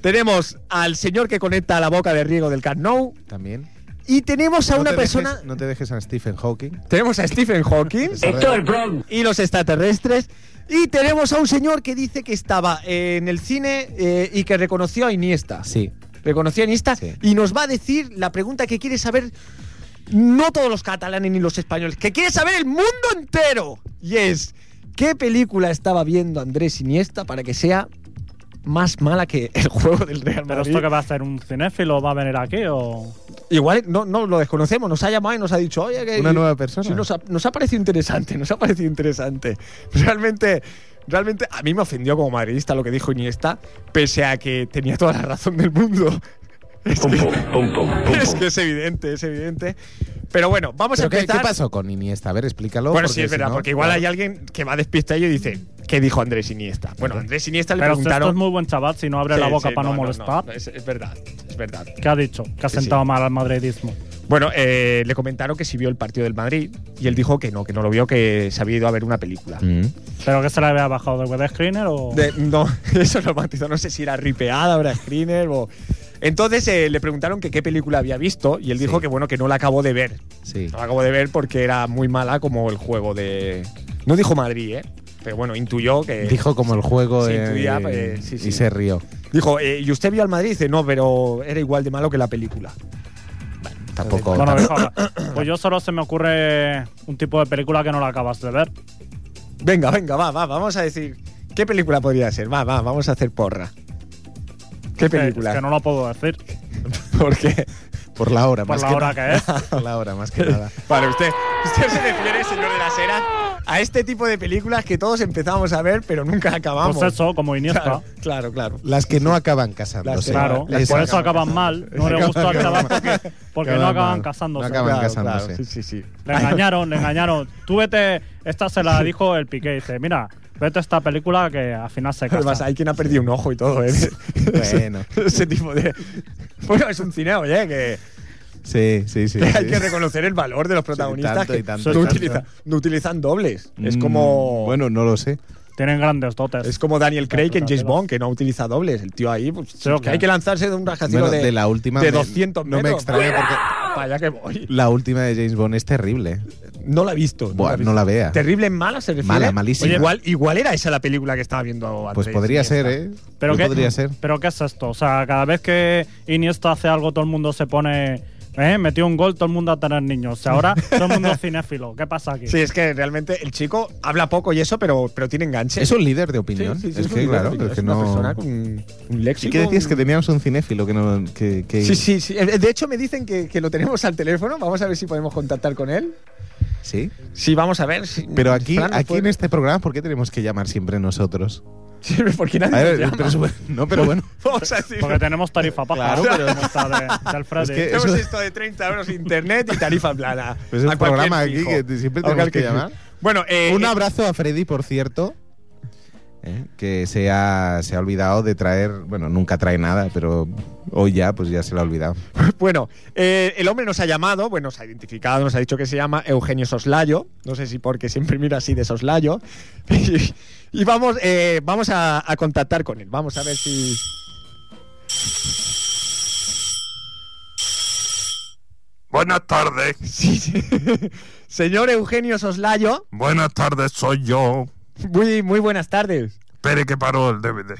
Tenemos al señor que conecta la boca de riego del Camp Nou También. y tenemos a No una te dejes- persona. no te dejes a Stephen Hawking. Tenemos a Stephen Hawking y los extraterrestres. Y tenemos a un señor que dice que estaba eh, en el cine eh, y que reconoció a Iniesta. Sí. Reconoció a Iniesta Sí. y nos va a decir la pregunta que quiere saber no todos los catalanes ni los españoles, que quiere saber el mundo entero. Y es, ¿qué película estaba viendo Andrés Iniesta para que sea más mala que el juego del Real ¿Pero Madrid? esto que va a hacer un cinéfilo? ¿Va a venir aquí o.? Igual no, no lo desconocemos, nos ha llamado y nos ha dicho, oye, que. Una nueva persona. Sí, nos, ha, nos ha parecido interesante, nos ha parecido interesante. Realmente, realmente a mí me ofendió como madridista lo que dijo Iniesta, pese a que tenía toda la razón del mundo. Es que, es, que es evidente, es evidente. Pero bueno, vamos ¿Pero a qué, empezar. qué pasó con Iniesta? A ver, explícalo. Bueno, porque sí, es si verdad, no- porque igual hay alguien que va despistado y dice, ¿qué dijo Andrés Iniesta? Bueno, a Andrés Iniesta le Pero esto, preguntaron. es muy buen chaval si no abre la Sí, boca sí, para no, molestar. no, es- es verdad, es verdad. ¿Qué ha dicho? Que ha Sí, sí. sentado mal al madridismo. Bueno, eh, le comentaron que si vio el partido del Madrid y él dijo que no, que no lo vio, que se había ido a ver una película. Mm. ¿Pero que se le había bajado de web screener o.? De- no, eso lo matizó, no sé si era ripeada, era screener o... Entonces eh, le preguntaron que qué película había visto y él dijo Sí. que bueno, que no la acabó de ver. Sí. No la acabó de ver porque era muy mala como el juego de... No dijo Madrid, ¿eh? Pero bueno, intuyó que... Dijo como el juego Sí, eh, tú ya, eh, eh, sí, y sí. se rió. Dijo, eh, ¿y usted vio al Madrid? Dice, no, pero era igual de malo que la película. Tampoco. Bueno, deja hablar. Pues yo solo se me ocurre un tipo de película que no la acabas de ver. Venga, venga, va, va, vamos a decir... ¿Qué película podría ser? Va, va, vamos a hacer porra. ¿Qué película? Es que no lo puedo decir. Pues Porque por la hora, Por más la que hora nada. que es. por la hora, más que nada. Vale, usted, usted se refiere, señor de las Heras, a este tipo de películas que todos empezamos a ver, pero nunca acabamos. Pues eso, como Iniesta. claro, claro, claro. Las que no acaban casándose. Las que- Claro, Las por acaban eso acaban mal. No le gustó al chaval porque, porque no Acaban acaban mal. casándose. No acaban. Claro, casándose. claro, sí, sí, sí. Le engañaron, le engañaron. Tú vete, esta se la dijo el Piqué. Dice, mira, vete a esta película que al final se Además, casa. hay quien ha perdido un ojo y todo, ¿eh? Bueno. Ese, ese tipo de. Bueno, es un cine, oye, que, Sí, sí, sí. que sí. hay que reconocer el valor de los protagonistas tanto que y tanto no, y tanto. utiliza- no utilizan dobles. Es Mm, como. Bueno, no lo sé. Tienen grandes dotes. Es como Daniel Craig en James Claro. Bond, que no utiliza dobles. El tío ahí, pues, Sí, que hay que lanzarse de un rascacielos Bueno, de, la última. de me- 200 No metros. me extraña porque Para allá que voy. la última de James Bond es terrible. No la he visto. Buah, he visto. no la vea. Terrible en mala se refiere. Mala, malísima. Oye, igual, igual era esa la película que estaba viendo antes. Pues podría ser, ¿eh? ¿Pero Pues qué, podría ser. ¿Pero qué es esto? O sea, cada vez que Iniesta hace algo, todo el mundo se pone. ¿Eh? Metió un gol, todo el mundo a tener niños. O sea, ahora todo el mundo es cinéfilo. ¿Qué pasa aquí? Sí, es que realmente el chico habla poco y eso, pero, pero tiene enganche. Es un líder de Sí, opinión. sí, sí, es, un que, líder, claro, tío, es que una persona no. con un, un léxico. ¿Y qué decías? un- Que teníamos un cinéfilo que no. Que, que- Sí, sí, sí. Eh, De hecho, me dicen que, que lo tenemos al teléfono. Vamos a ver si podemos contactar con él. Sí. Sí, vamos a ver. si- Pero aquí, Fran, ¿no aquí puede- en este programa, ¿por qué tenemos que llamar siempre nosotros? Sí, porque nadie A nos ver, llama. pero es bueno- no, pero bueno. Vamos a decir. Porque tenemos tarifa paja. Claro, ¿no? pero- Como está de, del Freddy. Es que- Tenemos Eso- esto de 30 euros internet y tarifa plana. Pues es un A cualquier programa aquí fijo. que te- siempre A tenemos que cualquier- llamar. Bueno, eh, Un abrazo a Freddy, por cierto. eh, Que se ha, se ha olvidado de traer, bueno, nunca trae nada, pero hoy ya, pues ya se lo ha olvidado. Bueno, eh, el hombre nos ha llamado, bueno, nos ha identificado, nos ha dicho que se llama Eugenio Soslayo. No sé si porque siempre mira así de Soslayo. Y, y vamos, eh, vamos a, a contactar con él. Vamos a ver si. Buenas tardes. si- si- Señor Eugenio Soslayo, Buenas tardes, soy yo. muy, muy buenas tardes. Pere que paró el DVD.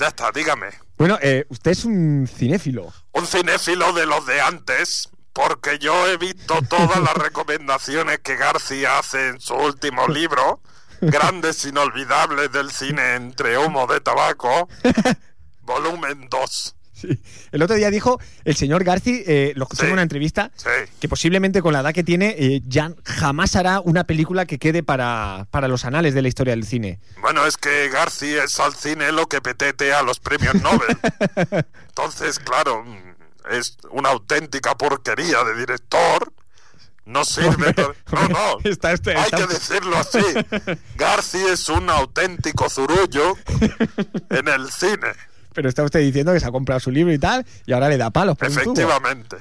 ya está, dígame. Bueno, eh, usted es un cinéfilo. Un cinéfilo de los de antes, porque yo he visto todas las recomendaciones que García hace en su último libro, Grandes Inolvidables del Cine entre Humo de Tabaco, volumen 2. Sí. El otro día dijo el señor Garci, eh, lo escuché Sí. en una entrevista, Sí. que posiblemente con la edad que tiene eh, ya jamás hará una película que quede para, para los anales de la historia del cine. Bueno, es que García es al cine lo que petete a los premios Nobel. Entonces, claro, mm, es una auténtica porquería de director. No sirve. to- No, no. Está este- Hay está- que decirlo así. García es un auténtico zurullo en el cine. Pero está usted diciendo que se ha comprado su libro y tal, y ahora le da palos. por un tubo. Efectivamente.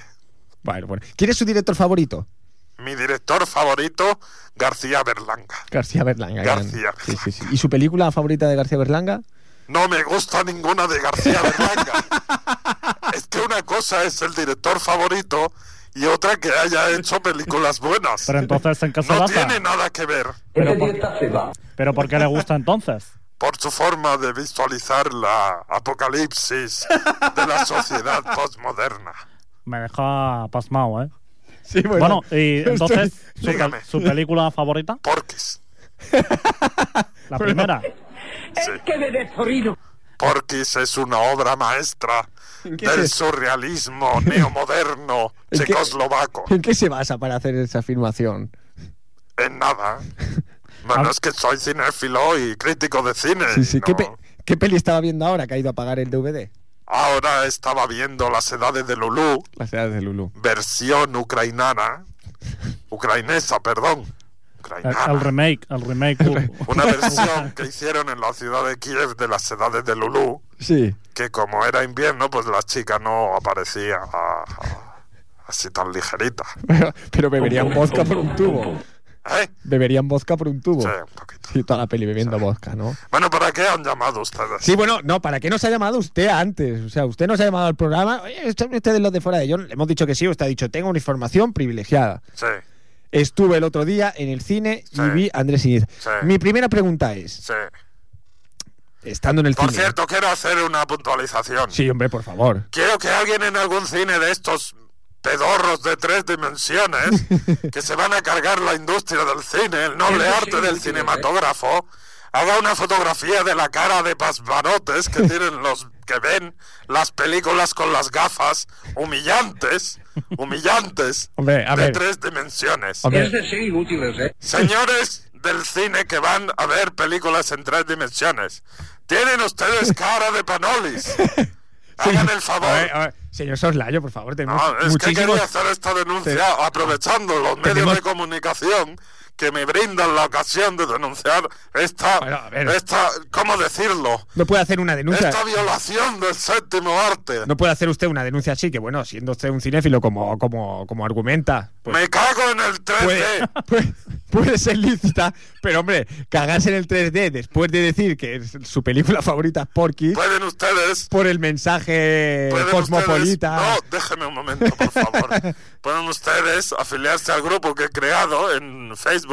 Bueno, bueno. ¿Quién es su director favorito? Mi director favorito, García Berlanga. García Berlanga. García. Sí, sí, sí. ¿Y su película favorita de García Berlanga? No me gusta ninguna de García Berlanga. es que una cosa es el director favorito y otra que haya hecho películas buenas. Pero entonces en caso no Daza, tiene nada que ver pero, por, pero ¿por qué le gusta entonces? por su forma de visualizar la apocalipsis de la sociedad postmoderna. Me deja pasmado, ¿eh? Sí, Bueno, y entonces, su, pel- Dígame. su película favorita? Porquis. La primera. Porquis es una obra maestra del surrealismo neomoderno ¿En qué- checoslovaco. ¿En qué se basa para hacer esa afirmación? En nada. Bueno, es que soy cinéfilo y crítico de cine. Ah. Sí, sí. ¿Qué, Eh, ¿no? pe- qué peli estaba viendo ahora que ha ido a pagar el DVD? Ahora estaba viendo Las Edades de Lulú, Las edades de Lulu. versión ucraniana. Ucrainesa, perdón. El, Ucraniana. el remake, el remake. Una versión que hicieron en la ciudad de Kiev de Las Edades de Lulú. Sí. que como era invierno, pues la chica no aparecía ah, ah, así tan ligerita. Pero, pero beberían vodka por un tubo. ¿Eh? Beberían vodka por un tubo. Sí, un poquito. Sí, toda la peli bebiendo vodka, ¿no? Bueno, ¿para qué han llamado ustedes? Sí, bueno, no, ¿para qué nos ha llamado usted antes? O sea, usted nos ha llamado al programa. Oye, ¿están ustedes los de fuera de yo? Le hemos dicho que sí, usted ha dicho, tengo una información privilegiada. Sí, Estuve el otro día en el cine Sí. y vi a Andrés Iniesta. Sí. Mi primera pregunta es, sí. estando en el Por cine... cierto, quiero hacer una puntualización. Sí, hombre, por favor. Quiero que alguien en algún cine de estos pedorros de tres dimensiones que se van a cargar la industria del cine, el noble arte del cinematógrafo, haga una fotografía de la cara de pasmarotes que tienen los que ven las películas con las gafas humillantes, humillantes Hombre, a de ver. tres dimensiones. Hombre, Señores del cine que van a ver películas en tres dimensiones, tienen ustedes cara de panolis. Hagan el favor. a ver, a ver, señor Soslayo, por favor, tenemos No, Ah, es que muchísimos... quería hacer esta denuncia aprovechando los medios Tenemos- de comunicación que me brindan la ocasión de denunciar esta, Bueno, a ver. esta ¿cómo decirlo? No puede hacer una denuncia... Esta violación del séptimo arte. No puede hacer usted una denuncia así, que bueno, siendo usted un cinéfilo como, como, como argumenta, pues me cago en el 3D. puede, puede- puede ser lícita, pero hombre, cagarse en el 3D después de decir que es su película favorita es Porky, Pueden ustedes por el mensaje Pues, ¿Pueden Eh, cosmopolita. ustedes- no, déjeme un momento, por favor. Pueden ustedes afiliarse al grupo que he creado en Facebook.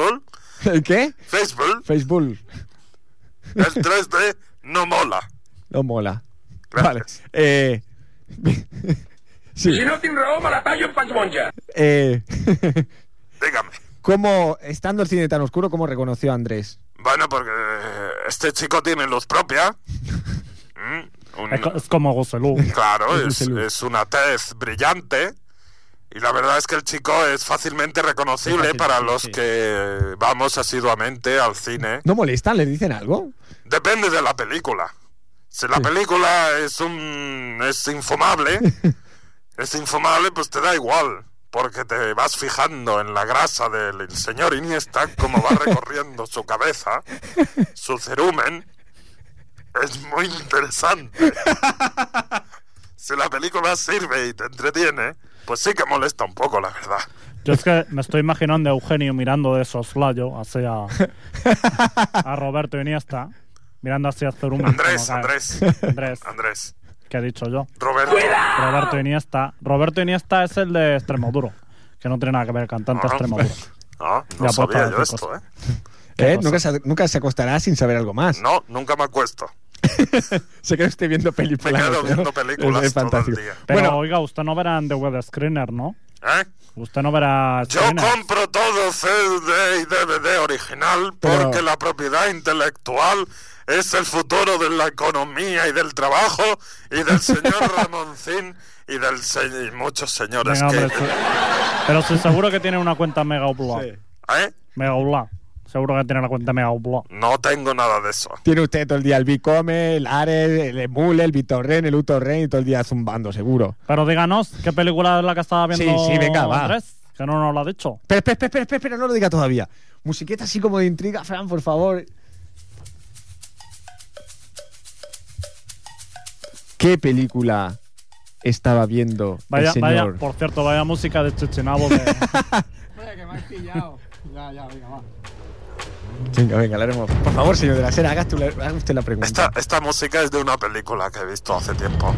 ¿El qué? Facebook, Facebook el 3D no mola. no mola. Gracias. Vale. Eh, sí. Eh, Dígame. ¿Cómo, estando el cine tan oscuro, cómo reconoció a Andrés? Bueno, porque eh, este chico tiene luz propia. Mm, un- Es, co- es como Goselú. claro, es es, luz. es una tez brillante. Y la verdad es que el chico es fácilmente reconocible fácil, para sí, los sí. que vamos asiduamente al cine. ¿No molestan? ¿Le dicen algo? Depende de la película. Si la película es un es infumable, es infumable, pues te da igual, porque te vas fijando en la grasa del señor Iniesta, como va recorriendo su cabeza, su cerumen. Es muy interesante. Si la película sirve y te entretiene, pues sí que molesta un poco, la verdad. Yo es que me estoy imaginando a Eugenio mirando de soslayo hacia a Roberto Iniesta, mirando hacia Cerumen. como Andrés, que- Andrés. Andrés, Andrés, ¿qué he dicho yo? Roberto. Roberto Iniesta. Roberto Iniesta es el de Extremoduro, que no tiene nada que ver el cantante Ah, Extremoduro. Ya No, no aporta sabía yo otra esto, ¿eh? cosa. ¿Eh? cosa? Nunca, se, nunca se acostará sin saber algo más. No, nunca me acuesto. Se queda usted viendo Me películas. quedo viendo películas Es fantástico. todo el día. Pero Bueno, oiga, usted no verá en The Web Screener, ¿no? ¿Eh? Usted no verá Yo Screener. compro todo CD y DVD original Pero- porque la propiedad intelectual es el futuro de la economía y del trabajo y del señor Ramoncín y del se- y muchos señores Venga, que... hombre, sí. Pero sí, seguro que tiene una cuenta Mega Upload. ¿Eh? Mega Upload. Seguro que tiene la cuenta Mega Upload. No tengo nada de eso. tiene usted todo el día el Bicome, el Ares, el Emule, el Vitorren, el Utorren y todo el día zumbando, seguro. Pero díganos, ¿qué película es la que estaba viendo Sí, sí, venga, va. Andrés? Que no nos lo ha dicho. Espera, espera, espera, espera, espera, espera, no lo diga todavía. Musiqueta así como de intriga, Fran, por favor. ¿Qué película estaba viendo Vaya, el señor? vaya, por cierto, vaya música de Chechenabo. de- Oye, que me has pillado. Ya, ya, venga, va. Venga, venga, la haremos. Por favor, señor de la Sera, haga, tú la- haga usted la pregunta. Esta, esta música es de una película que he visto hace tiempo.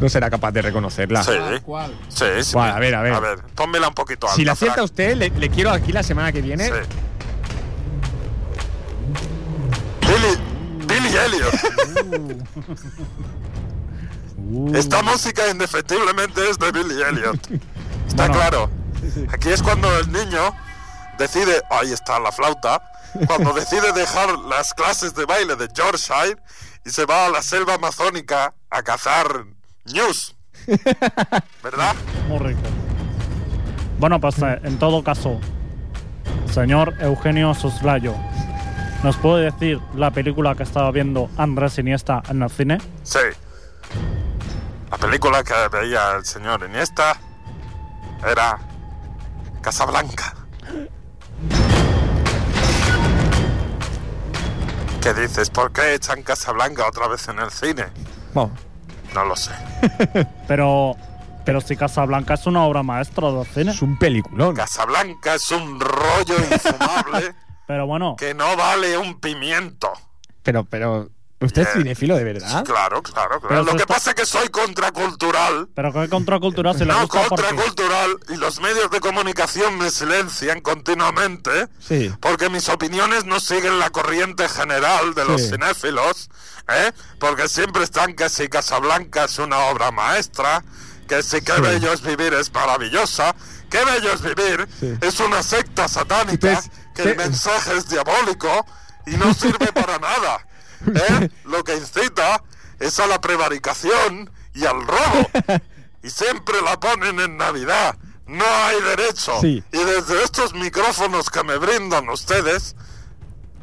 No será capaz de reconocerla. Sí. Ah, ¿Cuál? Sí, sí. Bueno, a ver, a ver. A ver, pónmela un poquito alta. Si la acierta Frank. usted, le, le quiero aquí la semana que viene. Sí. Billy, Billy Elliot. Esta música indefectiblemente es de Billy Elliot. Está Bueno. claro. Aquí es cuando el niño decide, ahí está la flauta, cuando decide dejar las clases de baile de Yorkshire y se va a la selva amazónica a cazar news. ¿Verdad? Muy rico. Bueno, pues eh, en todo caso, señor Eugenio Soslayo, ¿nos puede decir la película que estaba viendo Andrés Iniesta en el cine? Sí. La película que veía el señor Iniesta era Casablanca. ¿Qué dices? ¿Por qué echan Casablanca otra vez en el cine? Vamos. No lo sé. Pero, pero si Casablanca es una obra maestra del cine. Es un peliculón. Casablanca es un rollo infumable Pero bueno, que no vale un pimiento. Pero, pero. Usted es Eh, cinéfilo de verdad. Claro, claro, Pero claro. Lo tú que estás- pasa es que soy contracultural. pero qué contracultura se le Ah, No gusta por ti? contracultural y los medios de comunicación me silencian continuamente. Sí. porque mis opiniones no siguen la corriente general de los Sí. cinéfilos, ¿eh? porque siempre están que si Casablanca es una obra maestra, que si qué bello es vivir es maravillosa, qué bello es vivir Sí. es una secta satánica, Entonces, que ¿qué- el mensaje es diabólico y no sirve para nada. ¿eh? Lo que incita es a la prevaricación y al robo. Y siempre la ponen en Navidad. No hay derecho. Sí. Y desde estos micrófonos que me brindan ustedes,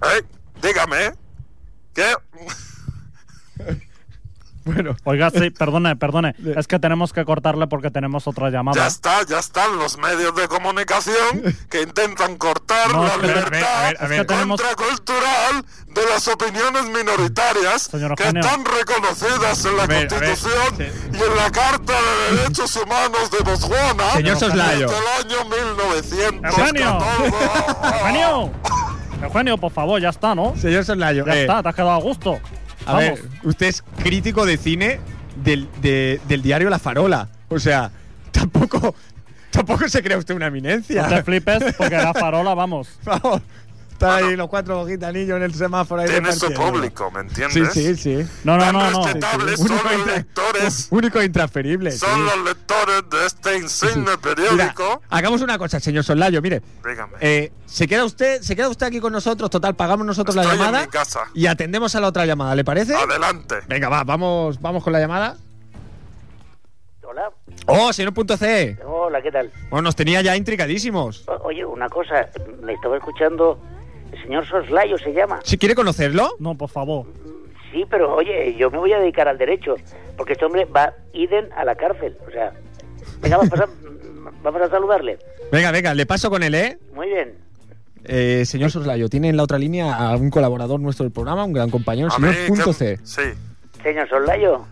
¿eh? dígame que Bueno. Oiga, sí, perdone, perdone. Es que tenemos que cortarle porque tenemos otra ya llamada. está, ya están los medios de comunicación que intentan cortar No, la es que- a ver, a libertad ver, a ver. contracultural de las opiniones minoritarias Señor que Eugenio. están reconocidas en la A ver, a ver, Constitución y en la Carta de Derechos Humanos de Botswana Señor Soslayo. desde el año 1914. Eugenio. Eugenio, Eugenio, por favor, ya está, ¿no? Señor Soslayo. Ya eh, está, te has quedado a gusto. A Vamos. ver, usted es crítico de cine del, de- del diario La Farola. O sea, tampoco. Tampoco se crea usted una No te eminencia. flipes porque la farola, vamos. Vamos. Está ahí los cuatro gitanillos en el semáforo ahí. Tiene su repartiendo. público, ¿me Sí, entiendes? sí, sí. No, no, Tan no, no. respetables Único son los intra- lectores, Único e intransferible. sí. son los lectores de este insigne Mira, periódico. hagamos una cosa, señor Solayo, mire. Dígame. Eh, se queda usted, se queda usted aquí con nosotros, total, pagamos nosotros la Estoy en llamada mi casa. y atendemos a la otra llamada, ¿le parece? Adelante. Venga, va, vamos, vamos con la llamada. Hola, Oh, señor punto C. hola, ¿qué tal? Bueno, nos tenía ya intricadísimos. O- Oye, una cosa, me estaba escuchando, el señor Soslayo se llama. ¿Si quiere conocerlo? No, por favor. Sí, pero oye, yo me voy a dedicar al derecho, porque este hombre va idem a la cárcel, o sea, venga, vamos a, vamos a saludarle. Venga, venga, le paso con él, ¿eh? Muy bien. Eh, señor Soslayo, tiene en la otra línea a un colaborador nuestro del programa, un gran compañero, el A señor mí, punto que- C. Sí. Señor Soslayo,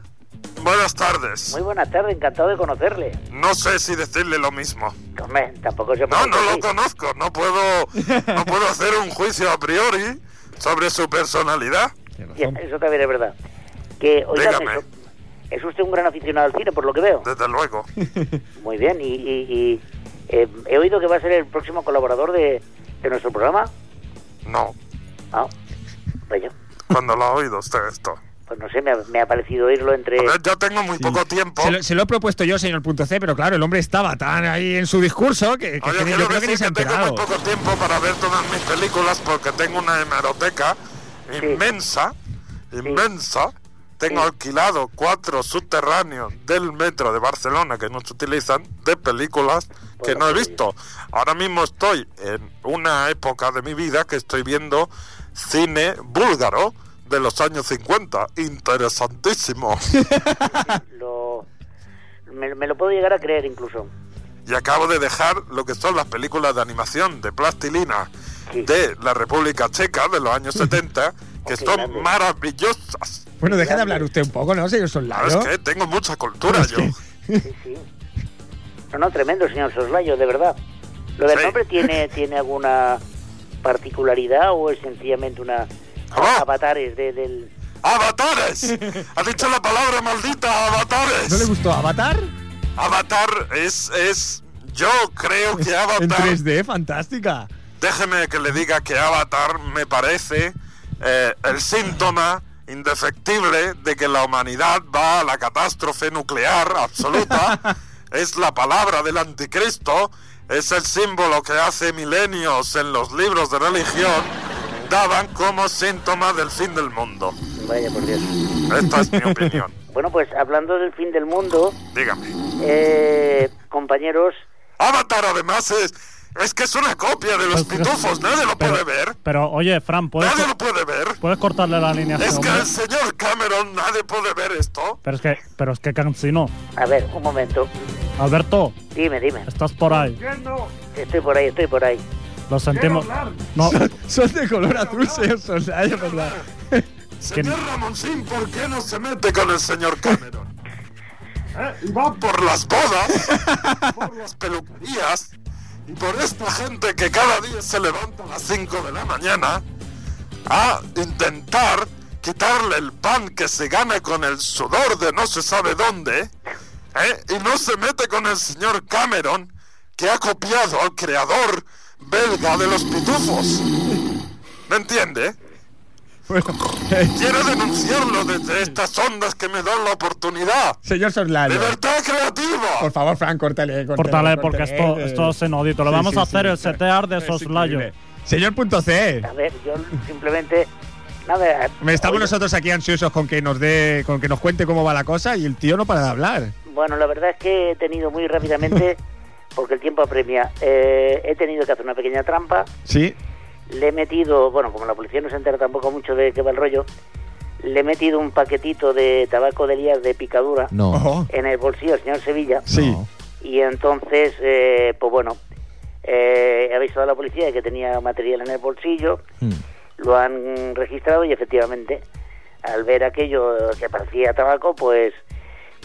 Buenas tardes. muy buena tarde, encantado de conocerle. No sé si decirle lo mismo. Hombre, tampoco se No, parece no a lo ti. conozco. No puedo, no puedo hacer un juicio a priori sobre su personalidad. Ya, Eso también es verdad. Que, oiga, Dígame. eso- es usted un gran aficionado al cine, por lo que veo. Desde luego. Muy bien, y, y- y, eh, he oído que va a ser el próximo colaborador de, de nuestro programa. No. Ah, vaya, Cuando lo ha oído usted esto. pues no sé, me ha, me ha parecido oírlo entre... A ver, ya tengo muy poco tiempo. Se lo, se lo he propuesto yo, señor punto C, pero claro, el hombre estaba tan ahí en su discurso que, que- Oye, que quiero yo creo que decir ni se ha que tengo muy enterado. poco tiempo para ver todas mis películas porque tengo una hemeroteca inmensa, inmensa. Tengo Sí. alquilado cuatro subterráneos del metro de Barcelona que no se utilizan de películas que Bueno, no he pues- visto. Ahora mismo estoy en una época de mi vida que estoy viendo cine búlgaro de los años 50. Interesantísimo. Lo, me, me lo puedo llegar a creer incluso. y acabo de dejar lo que son las películas de animación de plastilina Sí. de la República Checa de los años 70 que Qué grande. son maravillosas. Bueno, deja de hablar usted un poco, ¿no? Señor ¿Sabes Soldado. qué? Tengo mucha cultura yo. Sí, sí. No, no, tremendo, señor Soslayo, de verdad. ¿Lo del Sí. nombre tiene, tiene alguna particularidad o es sencillamente una ¿Cómo? avatares de, del... ¡Avatares! Ha dicho la palabra maldita, ¿No le avatares. gustó Avatar? Avatar es, es. Yo creo que En Avatar. 3D, fantástica. Déjeme que le diga que Avatar me parece eh, el síntoma indefectible de que la humanidad va a la catástrofe nuclear absoluta. es la palabra del anticristo, es el símbolo que hace milenios en los libros de religión daban como síntoma del fin del mundo. Vaya, por Dios. Esta es mi opinión. Bueno, pues hablando del fin del mundo, Dígame. eh, compañeros, Avatar además es, es que es una copia de los pitufos, nadie lo puede ver. Pero oye, Fran, ¿puedes, Nadie lo puede ver. puedes cortarle la línea a este Es que hombre? el señor Cameron nadie puede ver esto. Pero es que, pero es que cansino. a ver, un momento. Alberto, Dime, dime. estás por ahí. Estoy por ahí, estoy por ahí. Lo sentimos. No, Son de color azul, señor Soldado, ¿verdad? Señor Ramoncín, ¿por qué no se mete con el señor Cameron? ¿Eh? Y va por las bodas, por las peluquerías y por esta gente que cada día se levanta a las 5 de la mañana a intentar quitarle el pan que se gana con el sudor de no se sabe dónde ¿eh? y no se mete con el señor Cameron que ha copiado al creador belga de los pitufos. ¿Me entiende? Bueno, eh, Quiero denunciarlo desde estas ondas que me dan la oportunidad. señor Soldado. ¡Libertad creativa! Por favor, Fran, córtale. Córtale, cortale porque córtale. esto, esto es inaudito. Le Sí, vamos sí, a sí. hacer el setear de Es soslayo. increíble. Señor punto C. A ver, yo simplemente... Nada, Me estamos oye, nosotros aquí ansiosos con que nos dé, con que nos cuente cómo va la cosa y el tío no para de hablar. Bueno, la verdad es que he tenido muy rápidamente, porque el tiempo apremia, eh, he tenido que hacer una pequeña trampa. Sí. Le he metido, bueno, como la policía no se entera tampoco mucho de qué va el rollo, le he metido un paquetito de tabaco de lías de picadura No. Ojo. en el bolsillo al señor Sevilla. Sí. No. Y entonces, eh, pues bueno, eh, he avisado a la policía de que tenía material en el bolsillo, Mm. lo han registrado y efectivamente, al ver aquello que parecía tabaco, pues,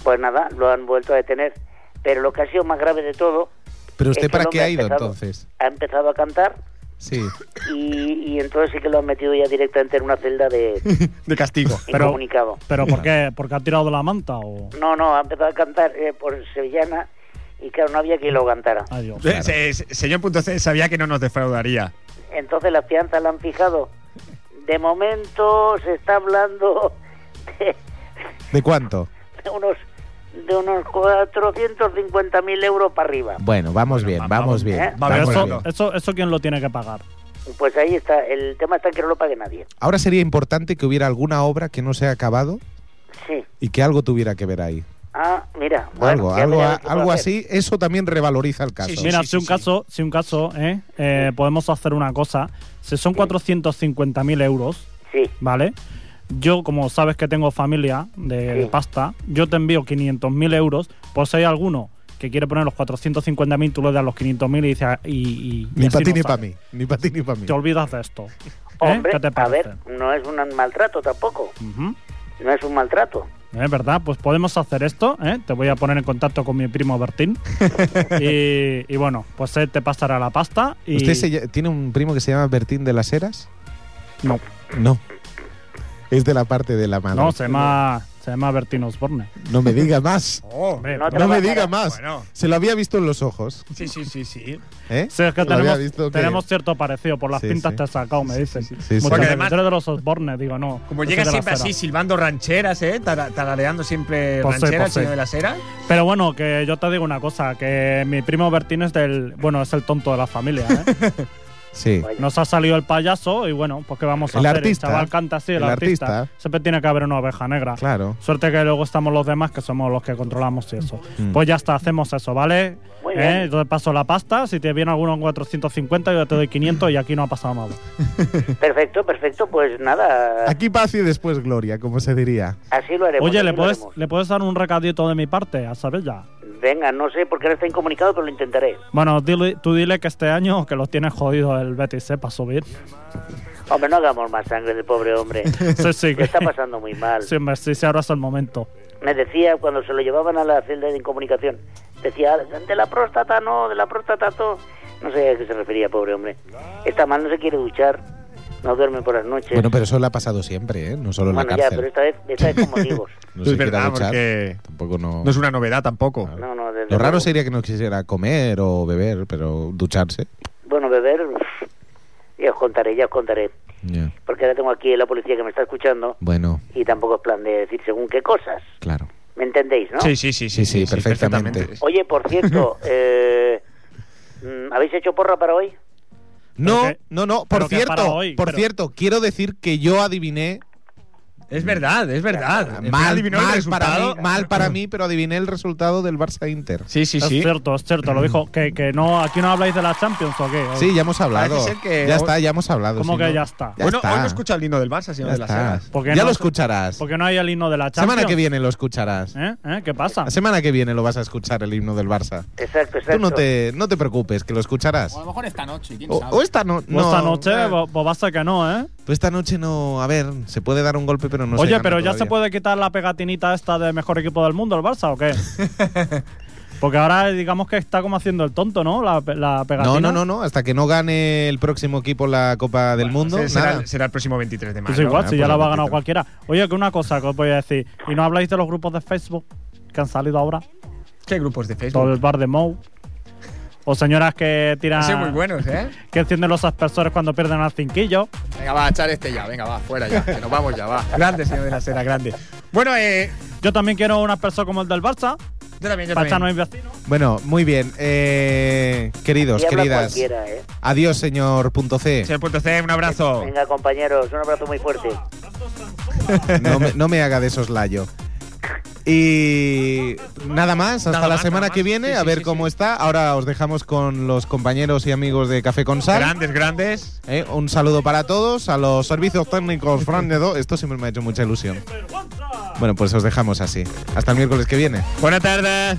pues nada, lo han vuelto a detener. Pero lo que ha sido más grave de todo, Pero Es usted que para el qué hombre ha ido ha empezado. entonces? ha empezado a cantar Sí. y, y entonces sí que lo han metido ya directamente en una celda de De castigo. Pero- incomunicado. ¿Pero por qué? ¿Porque ha tirado la manta o...? No, no, ha empezado a cantar eh, por sevillana y claro, no había quien lo cantara. Ah. Adiós. Eh, se- se- señor punto C sabía que no nos defraudaría. Entonces las fianzas la han fijado. De momento se está hablando de, ¿De cuánto? de unos de unos 450.000 euros para arriba. Bueno, vamos bien, va- vamos vamos- bien. ¿eh? Va, Pero vamos bueno, bien. eso, eso, eso quién lo tiene que pagar. Pues ahí está, el tema está en que no lo pague nadie. Ahora sería importante que hubiera alguna obra que no se ha acabado Sí. y que algo tuviera que ver ahí. Ah, mira. Algo, bueno, ya algo, veré a- a ver qué algo puedo hacer. así, eso también revaloriza el caso. Sí, Mira, sí, si, un sí. Caso, si un caso, ¿eh? Eh, podemos hacer una cosa. Si son 450.000 euros, ¿Eh? Sí, ¿vale? Yo, como sabes que tengo familia de, de Sí. pasta, yo te envío 500.000 euros. Pues si hay alguno que quiere poner los 450.000, tú le das los 500.000 y dices... Y, y- y Ni así para ti no ni para sale. mí, ni para ti ni para mí. Te olvidas de esto. ¿Eh? hombre, ¿Qué te a parece? ver, no es un maltrato tampoco, Ujú. no es un maltrato. ¿Eh? ¿Verdad? Pues podemos hacer esto. ¿eh? Te voy a poner en contacto con mi primo Bertín. y, y bueno, pues él te pasará la pasta. Y... ¿Usted se lla- tiene un primo que se llama Bertín de las Heras? No. No. Es de la parte de la madre. No, se llama, se llama Bertín Osborne. No me diga más. Oh, Hombre, No pero- No me trabajará. diga más. Bueno. Se lo había visto en los ojos. sí, sí, sí, sí. ¿eh? Sí, es que Lo había tenemos, visto que- tenemos cierto parecido. Por las Sí, pintas sí. te has sacado, me dicen. sí, sí. Muchas Porque veces, además- tú eres de los Osborne, digo, no. Como yo llega soy de la siempre acera. así, silbando rancheras, ¿eh? Tara- Tarareando siempre Pues sí, rancheras, pues sí. señor de la Sera. Pero bueno, que yo te digo una cosa, que mi primo Bertín es del... Bueno, es el tonto de la familia, ¿eh? Sí. Vaya. Nos ha salido el payaso y bueno, pues qué vamos a El hacer. artista. el chaval canta así, el, El artista. artista. Siempre tiene que haber una oveja negra. Claro. Suerte que luego estamos los demás, que somos los que controlamos y eso. Mm. Pues ya está, hacemos eso, ¿vale? Muy ¿Eh? bien. Yo te paso la pasta, si te viene alguno en 450, yo te doy 500 y aquí no ha pasado nada. Perfecto, perfecto, pues nada, Aquí paz y después gloria, como se diría. así lo haremos. Oye, así ¿le lo puedes, haremos. ¿le puedes dar un recadito de mi parte a Sabella? Venga, no sé por qué ahora está incomunicado, pero lo intentaré. Bueno, dile- tú dile que este año que los tienes jodidos el Betis, ¿eh? Para subir. Hombre, no hagamos más sangre del pobre hombre. Sí, sí. Lo que- Pues está pasando muy mal. Sí, hombre, sí, sí, ahora es el momento. Me decía cuando se lo llevaban a la celda de incomunicación, decía, de la próstata no, de la próstata no. No sé a qué se refería, pobre hombre. Está mal, no se quiere duchar, no duerme por las noches. Bueno, pero eso le ha pasado siempre, ¿eh? No solo en Bueno, la ya, cárcel. pero esta vez, esta vez con motivos. No es se quiere verdad, duchar, porque Tampoco no... no es una novedad tampoco. No, no, desde Lo raro luego. sería que no quisiera comer o beber, pero ducharse. Bueno, beber, uf, ya os contaré, ya os contaré. Ya. Porque ahora tengo aquí la policía que me está escuchando Bueno, y tampoco es plan de decir según qué cosas. claro. ¿Me entendéis, no? Sí, sí, sí, Sí, sí, perfectamente. Oye, por cierto, eh, mm, ¿habéis hecho porra para hoy? No, que- no, no. Por pero que para cierto, hoy, por pero- cierto, quiero decir que yo adiviné Es verdad, es verdad. mal, Adivinó el mal para mí, resultado. mal para mí, pero adiviné el resultado del Barça Inter. Sí, sí, es sí. cierto, es cierto. Lo dijo que, que no, aquí no habláis de la Champions o qué. Mm. Sí, ya hemos hablado. Parece ser que- Ya está, ya hemos hablado. ¿Cómo sí, que no. ya está? Ya bueno, está. hoy no escucha el himno del Barça, sino Ya, de las está. Heras. ¿Por qué Ya no lo se- escucharás. Porque no hay el himno de la La Champions. semana que viene lo escucharás. ¿Eh? ¿Eh? ¿Qué pasa? La semana que viene lo vas a escuchar el himno del Barça. Exacto, exacto. Tú no te, no te preocupes, que lo escucharás. O a lo mejor esta noche, quién O, sabe. o esta, no, Vos no, esta noche, eh, vos- vos basta que no, ¿eh? pues esta noche no. A ver, se puede dar un golpe, pero no se Oye, gana pero ya todavía. se puede quitar la pegatinita esta de mejor equipo del mundo, el Barça, ¿o qué? Porque ahora digamos que está como haciendo el tonto, ¿no? La, pe- la pegatina. No, no, no, no. Hasta que no gane el próximo equipo la Copa del Mundo, Se- nada. será, será el próximo 23 de mayo. Pues igual, Ah, si pues ya la lo va a ganar quito. cualquiera. Oye, que una cosa que os voy a decir. Y no habláis de los grupos de Facebook que han salido ahora. ¿Qué grupos de Facebook? Todo el bar de Mou. O señoras que Han sido muy tiran. buenos, ¿eh? Que encienden los aspersores cuando pierden al cinquillo. Venga, va, echar este ya, venga, va, fuera ya, que nos vamos ya, va. Grande, señor de las Heras, grande. Bueno, eh, Yo también quiero un aspersor como el del Barça. yo también, yo Para echarnos también. mis vecinos. Bueno, muy bien. eh, queridos, Y habla queridas. cualquiera, ¿eh? Adiós, señor punto C. Señor Punto C, un abrazo. Venga, compañeros, un abrazo muy fuerte. No me, no me haga de soslayo. Y nada más, hasta Nada la más, semana nada que más. viene, Sí, a sí, ver sí, cómo sí. está. Ahora os dejamos con los compañeros y amigos de Café con Sal. Grandes, grandes. Eh, un saludo para todos, a los servicios técnicos Fran Nedo. Esto siempre me ha hecho mucha ilusión. Bueno, pues os dejamos así. Hasta el miércoles que viene. Buena tarde.